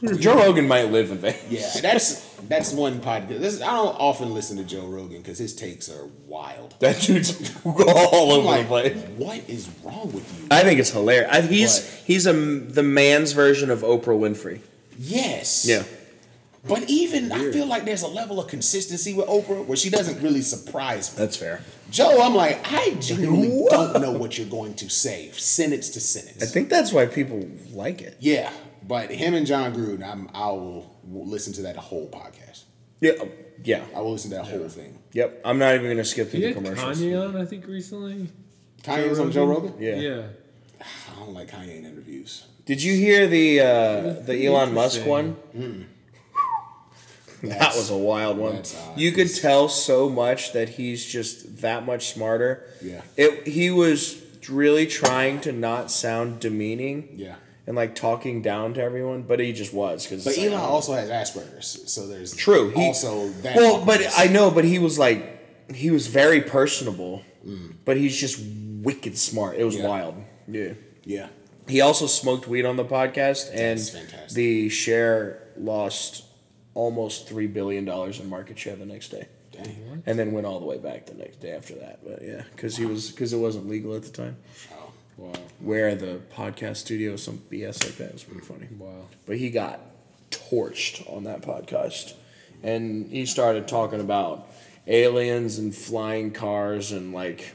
Yeah,
Joe Rogan might live in Vegas.
yeah. That's that's one podcast. This, I don't often listen to Joe Rogan because his takes are wild.
That dude's all
I'm
over
like,
the place.
what is wrong with you?
I think it's hilarious. I, he's
What?
he's a the man's version of Oprah Winfrey.
Yes. But even I feel like there's a level of consistency with Oprah where she doesn't really surprise me.
that's fair.
Joe, I'm like, I genuinely don't know what you're going to say, sentence to sentence.
I think that's why people like it.
yeah, but him and John Gruden, I'm, I will w- listen to that whole podcast.
Yeah, um, yeah,
I will listen to that whole thing.
yep. I'm not even gonna skip through
he
the
had
commercials.
Kanye on? I think recently.
Kanye's on Joe Rogan.
Yeah.
yeah.
I don't like Kanye in interviews.
Did you hear the uh, the Elon Musk
interesting.
one? That
That's-
was a wild one.
that's odd.
You could tell so much that he's just that much smarter.
Yeah.
It he was really trying to not sound demeaning
Yeah.
and like talking down to everyone, but he just was because
But Elon also has Asperger's, so there's
True. He,
also that.
Well, but
awkwardness.
I know, but he was like, he was very personable, but he's just wicked smart. It was
Yeah.
wild. Yeah.
yeah,
He also smoked weed on the podcast, and
That's fantastic.
the share lost almost three billion dollars in market share the next day,
dang.
and then went all the way back the next day after that. But yeah, because he was because it wasn't legal at the time.
Oh.
Wow.
Where the podcast studio, some BS like that It was pretty funny.
Wow.
But he got torched on that podcast. And he started talking about aliens and flying cars and like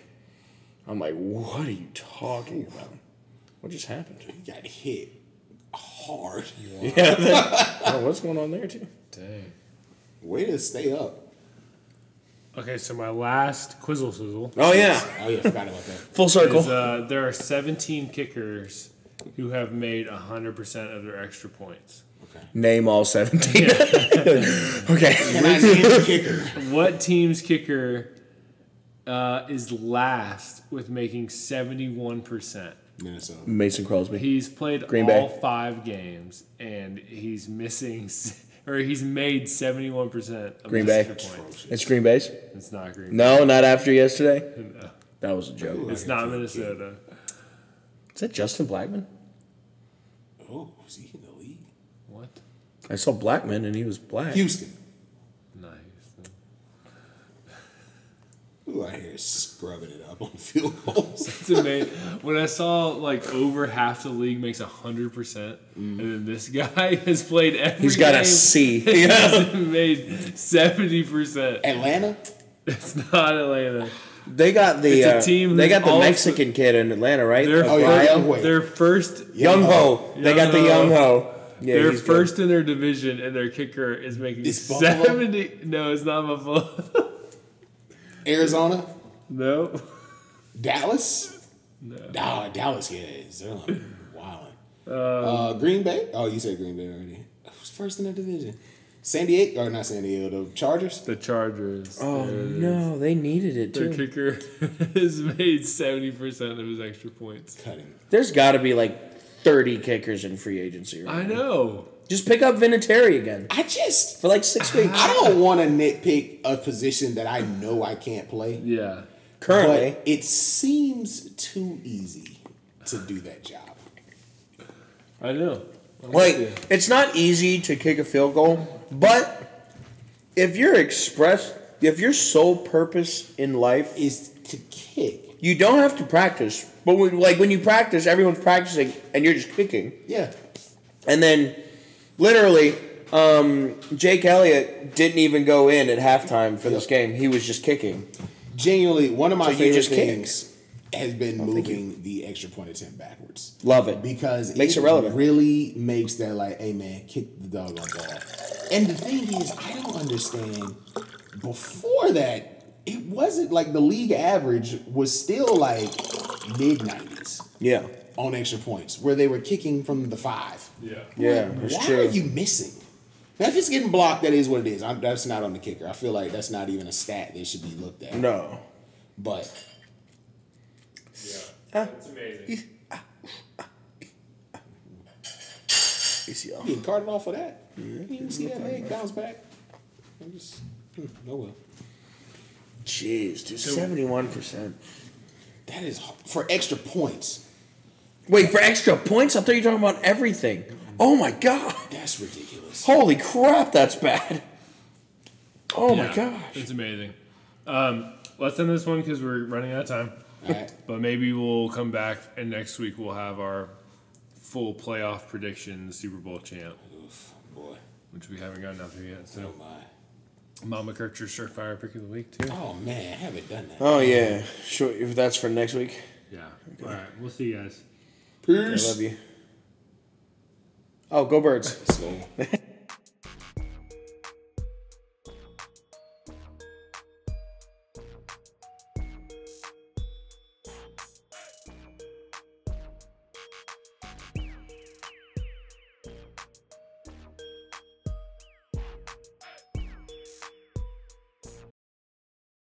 I'm like, what are you talking about? What just happened?
He got hit hard.
Yeah. that- oh, what's going on there too?
Dang.
Way to stay up.
Okay, so my last quizzle sizzle
Oh yeah.
Oh yeah, forgot about that.
Full circle.
is uh, there are 17 kickers who have made 100% of their extra points.
Name all 17. okay.
Can I name the kicker?
What team's kicker uh, is last with making 71%?
Minnesota.
Mason Crosby.
He's played
Green
all
Bay.
five games and he's missing, s- or he's made 71% of
Green
his
Bay.
extra points.
It's Green Bay's?
It's not Green Bay.
No, not after yesterday.
No.
That was a joke.
It's not Minnesota.
Is that Justin Blackman?
Oh, is he in the league?
What?
I saw Blackman and he was black.
Houston.
Nice.
Ooh, I hear scrubbing it up on field goals.
It's amazing. when I saw like over half the league makes hundred percent, and then this guy has played every.
He's got
game
a C.
and hasn't made seventy percent.
Atlanta.
It's not Atlanta.
They got the
It's a
uh,
team
they
who
got the
also-
Mexican kid in Atlanta, right?
Their
Oh,
Oh,
yeah.
first,
Young Ho.
their first,
Young Ho. They got the
Young
Young
Ho.
Ho. Yeah,
their
he's good.
first in their division, and their kicker is making
It's Buffalo?
seventy. No, it's not Buffalo.
Arizona.
no,
Dallas.
no.
Nah, Dallas. Yeah, is wilding. Uh, Green Bay. Oh, you said Green Bay already. Who's first in the division? San Diego or not San Diego? The Chargers.
The Chargers.
Oh
their-
no, they needed it
Their
too.
kicker has made seventy percent of his extra points.
Cut him.
There's got to be like thirty kickers in free agency. Right?
I know.
Just pick up Vinatieri again
I just.
for like six
Ah.
weeks.
I don't want to nitpick a position that I know I can't play.
Yeah.
Currently,
But it seems too easy to do that job.
I know. I'm
like
with
it's not easy to kick a field goal, but if your express, if your sole purpose in life
Is to kick.
You don't have to practice, but when, like when you practice, everyone's practicing and you're just kicking.
Yeah.
And then, literally, um, Jake Elliott didn't even go in at halftime for this game. He was just kicking.
Genuinely, one of my
So you
favorite
just kick. Oh,
things has been moving the extra point attempt backwards.
Love it.
because
Makes it relevant.
Really makes that like, hey man, kick the dog on ball. And the thing is, I don't understand. Before that, it wasn't like the league average was still like mid nineties
Yeah.
on extra points, where they were kicking from the five.
Yeah.
Yeah,
Like,
it's
why
true.
are you missing? Now, if it's getting blocked, that is what it is. I'm, that's not on the kicker. I feel like that's not even a stat that should be looked at.
no.
But
Yeah. It's amazing.
ACL.
you getting carded off for that? You didn't see that leg bounce back? I'm just, hmm, oh well.
Jeez, dude, seventy-one percent.
That is h- for extra points.
Wait for extra points. I thought you were talking about everything. Oh my god!
That's ridiculous.
Holy crap, that's bad. Oh my
Yeah,
gosh.
It's amazing. Um, let's end this one because we're running out of time.
All right.
But maybe we'll come back and next week we'll have our full playoff prediction Super Bowl champ,
Oof, boy.
which we haven't gotten out there yet.
Oh
So
my.
Mama Kircher's surefire pick of the week too.
Oh man, I haven't done that.
Oh yeah, sure. If that's for next week,
Yeah. All right. We'll see you guys.
I
Peace.
love you. Oh, go birds.
Let's go.